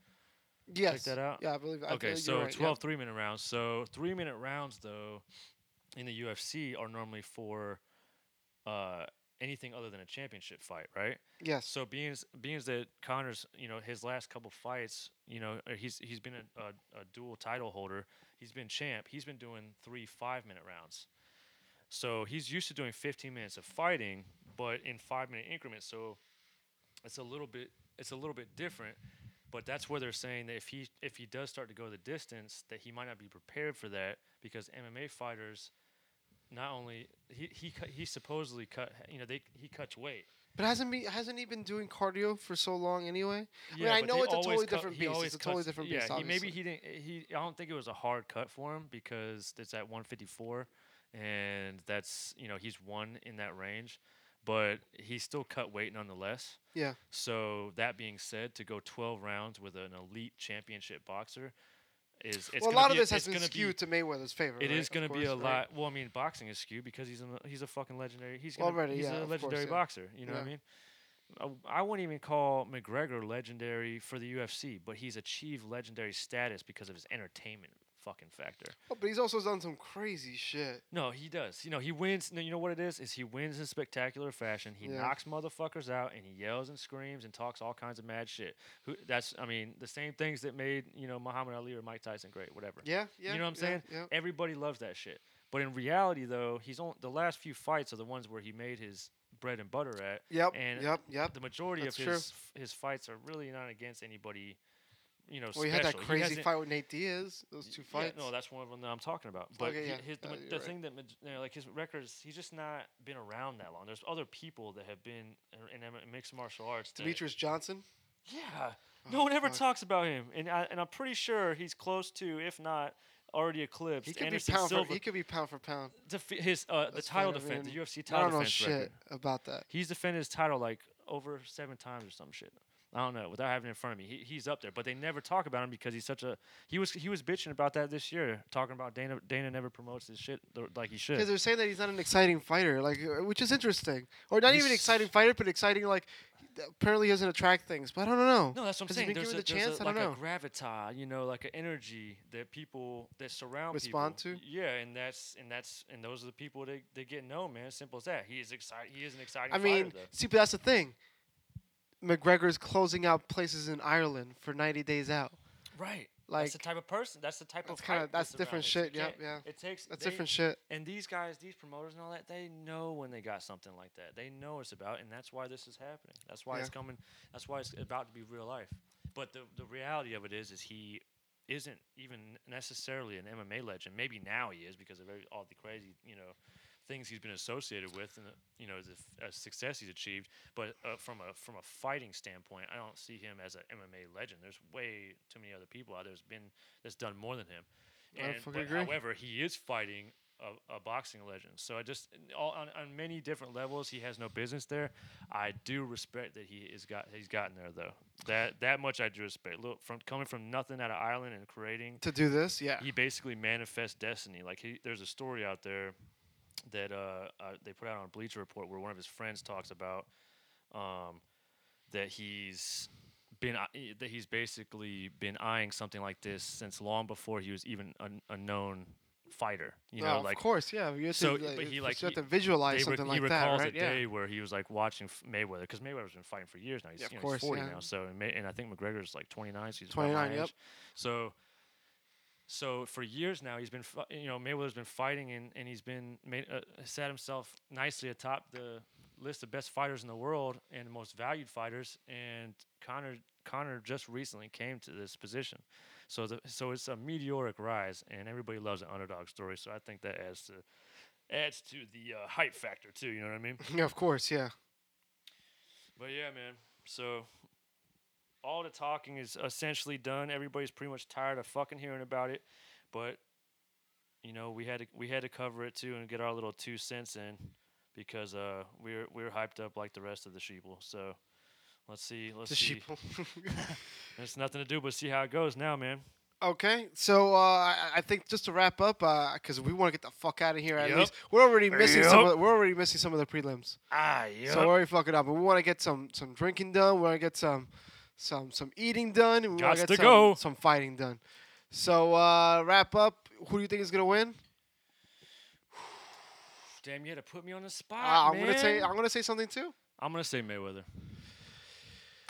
Speaker 1: yes.
Speaker 4: that out?
Speaker 1: Yeah, I believe. I
Speaker 4: okay
Speaker 1: believe
Speaker 4: so
Speaker 1: you're right,
Speaker 4: 12 3 minute rounds so 3 minute rounds though in the UFC are normally for uh anything other than a championship fight right
Speaker 1: Yep. Yes.
Speaker 4: so being as, being as that Connor's, you know, his last couple fights, you know, uh, he's he's been a, a, a dual title holder. He's been champ. He's been doing three five minute rounds. So he's used to doing 15 minutes of fighting, but in five minute increments. So it's a little bit it's a little bit different. But that's where they're saying that if he if he does start to go the distance, that he might not be prepared for that because MMA fighters, not only he he cut, he supposedly cut you know they he cuts weight.
Speaker 1: But hasn't he hasn't he been doing cardio for so long anyway?
Speaker 4: Yeah,
Speaker 1: I mean, I
Speaker 4: but
Speaker 1: know
Speaker 4: he
Speaker 1: it's a
Speaker 4: always
Speaker 1: totally
Speaker 4: cut-
Speaker 1: different
Speaker 4: he
Speaker 1: beast.
Speaker 4: always
Speaker 1: It's a totally
Speaker 4: cuts-
Speaker 1: different
Speaker 4: yeah,
Speaker 1: beast.
Speaker 4: he-
Speaker 1: obviously.
Speaker 4: maybe he didn't. He I don't think it was a hard cut for him because it's at 154, and that's you know he's one in that range, but he still cut weight nonetheless.
Speaker 1: Yeah.
Speaker 4: So that being said, to go 12 rounds with an elite championship boxer is it's
Speaker 1: well, a
Speaker 4: gonna
Speaker 1: lot
Speaker 4: be
Speaker 1: of this has
Speaker 4: it's
Speaker 1: been
Speaker 4: gonna
Speaker 1: skewed
Speaker 4: Be,
Speaker 1: to Mayweather's favor.
Speaker 4: it
Speaker 1: right?
Speaker 4: is
Speaker 1: Of
Speaker 4: going to be
Speaker 1: course,
Speaker 4: a
Speaker 1: right?
Speaker 4: lot. Well, I mean, boxing is skewed because he's a he's a fucking legendary. He's gonna,
Speaker 1: Already,
Speaker 4: he's
Speaker 1: yeah,
Speaker 4: a
Speaker 1: of course,
Speaker 4: legendary
Speaker 1: yeah.
Speaker 4: boxer. You know what I
Speaker 1: Yeah.
Speaker 4: mean? Uh, I, I wouldn't even call McGregor legendary for the UFC, but he's achieved legendary status because of his entertainment fucking factor.
Speaker 1: Oh, but he's also done some crazy shit.
Speaker 4: No, he does. You know, he wins. No, you know what it is? Is he wins in spectacular fashion. He
Speaker 1: Yeah.
Speaker 4: knocks motherfuckers out and he yells and screams and talks all kinds of mad shit. Who? That's. I mean, the same things that made you know Muhammad Ali or Mike Tyson great. Whatever.
Speaker 1: Yeah, yeah.
Speaker 4: you know what I'm
Speaker 1: yeah,
Speaker 4: saying?
Speaker 1: Yeah.
Speaker 4: Everybody loves that shit. But in reality, though, he's on the last few fights are the ones where he made his bread and butter at.
Speaker 1: Yep.
Speaker 4: And
Speaker 1: yep. Yep.
Speaker 4: The majority
Speaker 1: That's
Speaker 4: of
Speaker 1: true.
Speaker 4: his his fights are really not against anybody. You know,
Speaker 1: Well, he
Speaker 4: special.
Speaker 1: had that crazy
Speaker 4: hasn't-
Speaker 1: fight with Nate Diaz. Those two
Speaker 4: yeah,
Speaker 1: fights.
Speaker 4: no, that's one of them that uh, I'm talking about. But
Speaker 1: Okay,
Speaker 4: he-
Speaker 1: yeah.
Speaker 4: his, the,
Speaker 1: Uh,
Speaker 4: ma-
Speaker 1: you're
Speaker 4: the
Speaker 1: right.
Speaker 4: thing that maj- you know, like his records, he's just not been around that long. There's other people that have been uh, in- in, M- mixed martial arts. that-
Speaker 1: Demetrius Johnson.
Speaker 4: yeah.
Speaker 1: Oh,
Speaker 4: No one ever
Speaker 1: fuck.
Speaker 4: talks about him, and I, and I'm pretty sure he's close to, if not already eclipsed,
Speaker 1: He could
Speaker 4: Anderson
Speaker 1: be pound
Speaker 4: Silva.
Speaker 1: for. He could be pound for pound.
Speaker 4: defe- his uh, the
Speaker 1: That's
Speaker 4: title
Speaker 1: fine, I
Speaker 4: defense,
Speaker 1: mean,
Speaker 4: the UFC
Speaker 1: I
Speaker 4: title
Speaker 1: don't know
Speaker 4: defense
Speaker 1: shit
Speaker 4: record.
Speaker 1: about that.
Speaker 4: He's defended his title like over seven times or some shit. I don't know. Without having it in front of me, he, he's up there. But they never talk about him because he's such a he was he was bitching about that this year, talking about Dana Dana never promotes his shit the- like he
Speaker 1: Because
Speaker 4: should.
Speaker 1: they're saying that he's not an exciting fighter, like uh, which is interesting, or not even
Speaker 4: He's-
Speaker 1: exciting fighter, but exciting like th- apparently he doesn't attract things. But I don't know.
Speaker 4: No, that's what I'm
Speaker 1: Has he
Speaker 4: saying.
Speaker 1: been
Speaker 4: There's
Speaker 1: given
Speaker 4: a,
Speaker 1: the
Speaker 4: there's
Speaker 1: chance?
Speaker 4: a-
Speaker 1: I
Speaker 4: like
Speaker 1: don't
Speaker 4: a gravita, you know, like an energy that people that surround
Speaker 1: Respond
Speaker 4: people.
Speaker 1: to?
Speaker 4: Yeah, and that's and that's and those are the people that, that get known, man. Simple as that. He is exciting. He is an exciting.
Speaker 1: I
Speaker 4: fighter,
Speaker 1: mean,
Speaker 4: though.
Speaker 1: see, but that's the thing. McGregor's closing out places in Ireland for 90 days out.
Speaker 4: Right.
Speaker 1: Like-
Speaker 4: that's the type of person. That's the type
Speaker 1: That's
Speaker 4: of
Speaker 1: kinda-
Speaker 4: hype
Speaker 1: that's
Speaker 4: that's
Speaker 1: different
Speaker 4: around it.
Speaker 1: shit,
Speaker 4: You
Speaker 1: yeah,
Speaker 4: can't-
Speaker 1: yeah.
Speaker 4: It takes
Speaker 1: That's
Speaker 4: they-
Speaker 1: different shit.
Speaker 4: And these guys, these promoters and all that, they know when they got something like that. They know it's about, and that's why this is happening. That's why it's
Speaker 1: Yeah.
Speaker 4: coming. That's why it's about to be real life. But the the reality of it is, is he isn't even necessarily an MMA legend. Maybe now he is because of every, all the crazy, you know, things he's been associated with, and the, you know, the f- uh, success he's achieved. But uh, from a from a fighting standpoint, I don't see him as an MMA legend. There's way too many other people out there that's been that's done more than him.
Speaker 1: I
Speaker 4: And,
Speaker 1: fucking
Speaker 4: but
Speaker 1: agree.
Speaker 4: however, he is fighting a, a boxing legend. So I just all, on, on many different levels, he has no business there. I do respect that he is got he's gotten there though. That that much I do respect. Look, from coming from nothing out of Ireland and creating
Speaker 1: To do this, yeah.
Speaker 4: he basically manifests destiny. Like he, there's a story out there that uh, uh, they put out on Bleacher Report where one of his friends talks about um, that he's been eye- that he's basically been eyeing something like this since long before he was even a, a known fighter. You know,
Speaker 1: Oh,
Speaker 4: like
Speaker 1: of course, yeah. You have to,
Speaker 4: so,
Speaker 1: uh,
Speaker 4: but he,
Speaker 1: you
Speaker 4: like,
Speaker 1: have
Speaker 4: he-
Speaker 1: to visualize
Speaker 4: they re-
Speaker 1: something
Speaker 4: he
Speaker 1: like that,
Speaker 4: recalls
Speaker 1: right?
Speaker 4: a
Speaker 1: Yeah.
Speaker 4: day where he was like watching F- Mayweather because Mayweather's been fighting for years now. He's,
Speaker 1: Yeah, of
Speaker 4: you know,
Speaker 1: course,
Speaker 4: he's 40
Speaker 1: yeah.
Speaker 4: now, so and, May- and I think McGregor's like 29, so he's about
Speaker 1: 29,
Speaker 4: my
Speaker 1: yep.
Speaker 4: age. So, so for years now, he's been fi- you know Mayweather's been fighting and, and he's been made, uh, sat himself nicely atop the list the best fighters in the world and the most valued fighters, and Connor Connor just recently came to this position. So the, so it's a meteoric rise, and everybody loves an underdog story. So I think that adds to adds to the uh, hype factor too. You know what I mean?
Speaker 1: Yeah, of course, yeah.
Speaker 4: But yeah, man. So all the talking is essentially done. Everybody's pretty much tired of fucking hearing about it. But you know, we had to we had to cover it too and get our little two cents in because uh we we're we we're hyped up like the rest of the sheeple. So let's see let's
Speaker 1: The
Speaker 4: see.
Speaker 1: sheeple. *laughs*
Speaker 4: There's nothing to do but see how it goes now, man.
Speaker 1: okay, so uh, I, I think just to wrap up, because we want to get the fuck out of here. At
Speaker 4: Yep.
Speaker 1: least we're already missing some.
Speaker 4: Yep.
Speaker 1: Of, we're already missing some of the prelims.
Speaker 4: Ah,
Speaker 1: So we're already fucking up. But we want to get some some drinking done. We want to get some some some eating done. and We want
Speaker 4: Gots
Speaker 1: get
Speaker 4: to
Speaker 1: some,
Speaker 4: go.
Speaker 1: some fighting done. So uh, wrap up. Who do you think is gonna win?
Speaker 4: Damn, you had to put me on the spot.
Speaker 1: Uh, I'm gonna say
Speaker 4: Ah, man.
Speaker 1: I'm gonna say something too.
Speaker 4: I'm gonna say Mayweather.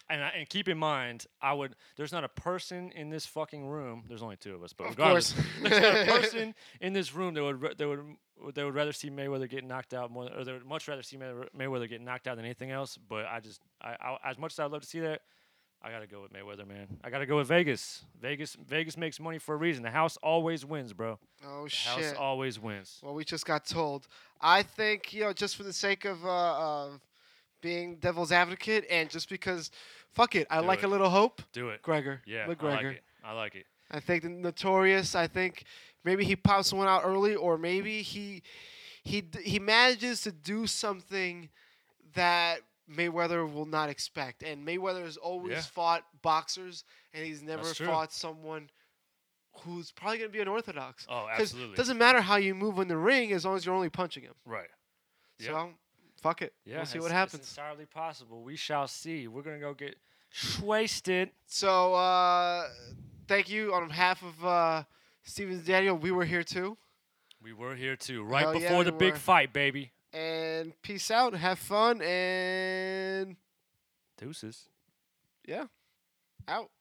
Speaker 4: And, I, and keep in mind, I would. There's not a person in this fucking room. There's only two of us, but
Speaker 1: Of
Speaker 4: regardless,
Speaker 1: course.
Speaker 4: *laughs* there's not
Speaker 1: *laughs*
Speaker 4: a person in this room that would ra- that would that would rather see Mayweather get knocked out more, or they would much rather see Maywe- Mayweather get knocked out than anything else. But I just, I, I as much as I'd love to see that, I gotta go with Mayweather, man. I gotta go with Vegas. Vegas, Vegas makes money for a reason. The house always wins, bro.
Speaker 1: Oh
Speaker 4: The house
Speaker 1: shit.
Speaker 4: always wins.
Speaker 1: Well, we just got told. I think you know, just for the sake of uh, of being devil's advocate, and just because, fuck it, I
Speaker 4: Do
Speaker 1: like
Speaker 4: it.
Speaker 1: a little hope.
Speaker 4: Do it.
Speaker 1: Gregor,
Speaker 4: Yeah,
Speaker 1: McGregor.
Speaker 4: I like it. I like it.
Speaker 1: I think the notorious. I think maybe he pops one out early, or maybe he he d- he manages to do something that Mayweather will not expect. And Mayweather has always
Speaker 4: Yeah.
Speaker 1: fought boxers, and he's never
Speaker 4: That's true.
Speaker 1: fought someone who's probably going to be unorthodox.
Speaker 4: Oh,
Speaker 1: 'Cause
Speaker 4: absolutely.
Speaker 1: Doesn't matter how you move in the ring as long as you're only punching him.
Speaker 4: Right. Yep.
Speaker 1: So fuck it.
Speaker 4: Yeah,
Speaker 1: we'll see
Speaker 4: it's-
Speaker 1: what
Speaker 4: it's
Speaker 1: happens.
Speaker 4: entirely possible. We shall see. We're gonna go get wasted.
Speaker 1: So uh, thank you on behalf of uh, Stevens Daniel. We were here too.
Speaker 4: We were here too, right
Speaker 1: Hell yeah,
Speaker 4: before the
Speaker 1: we
Speaker 4: big
Speaker 1: were.
Speaker 4: fight, baby.
Speaker 1: and peace out. Have fun and
Speaker 4: Deuces.
Speaker 1: out.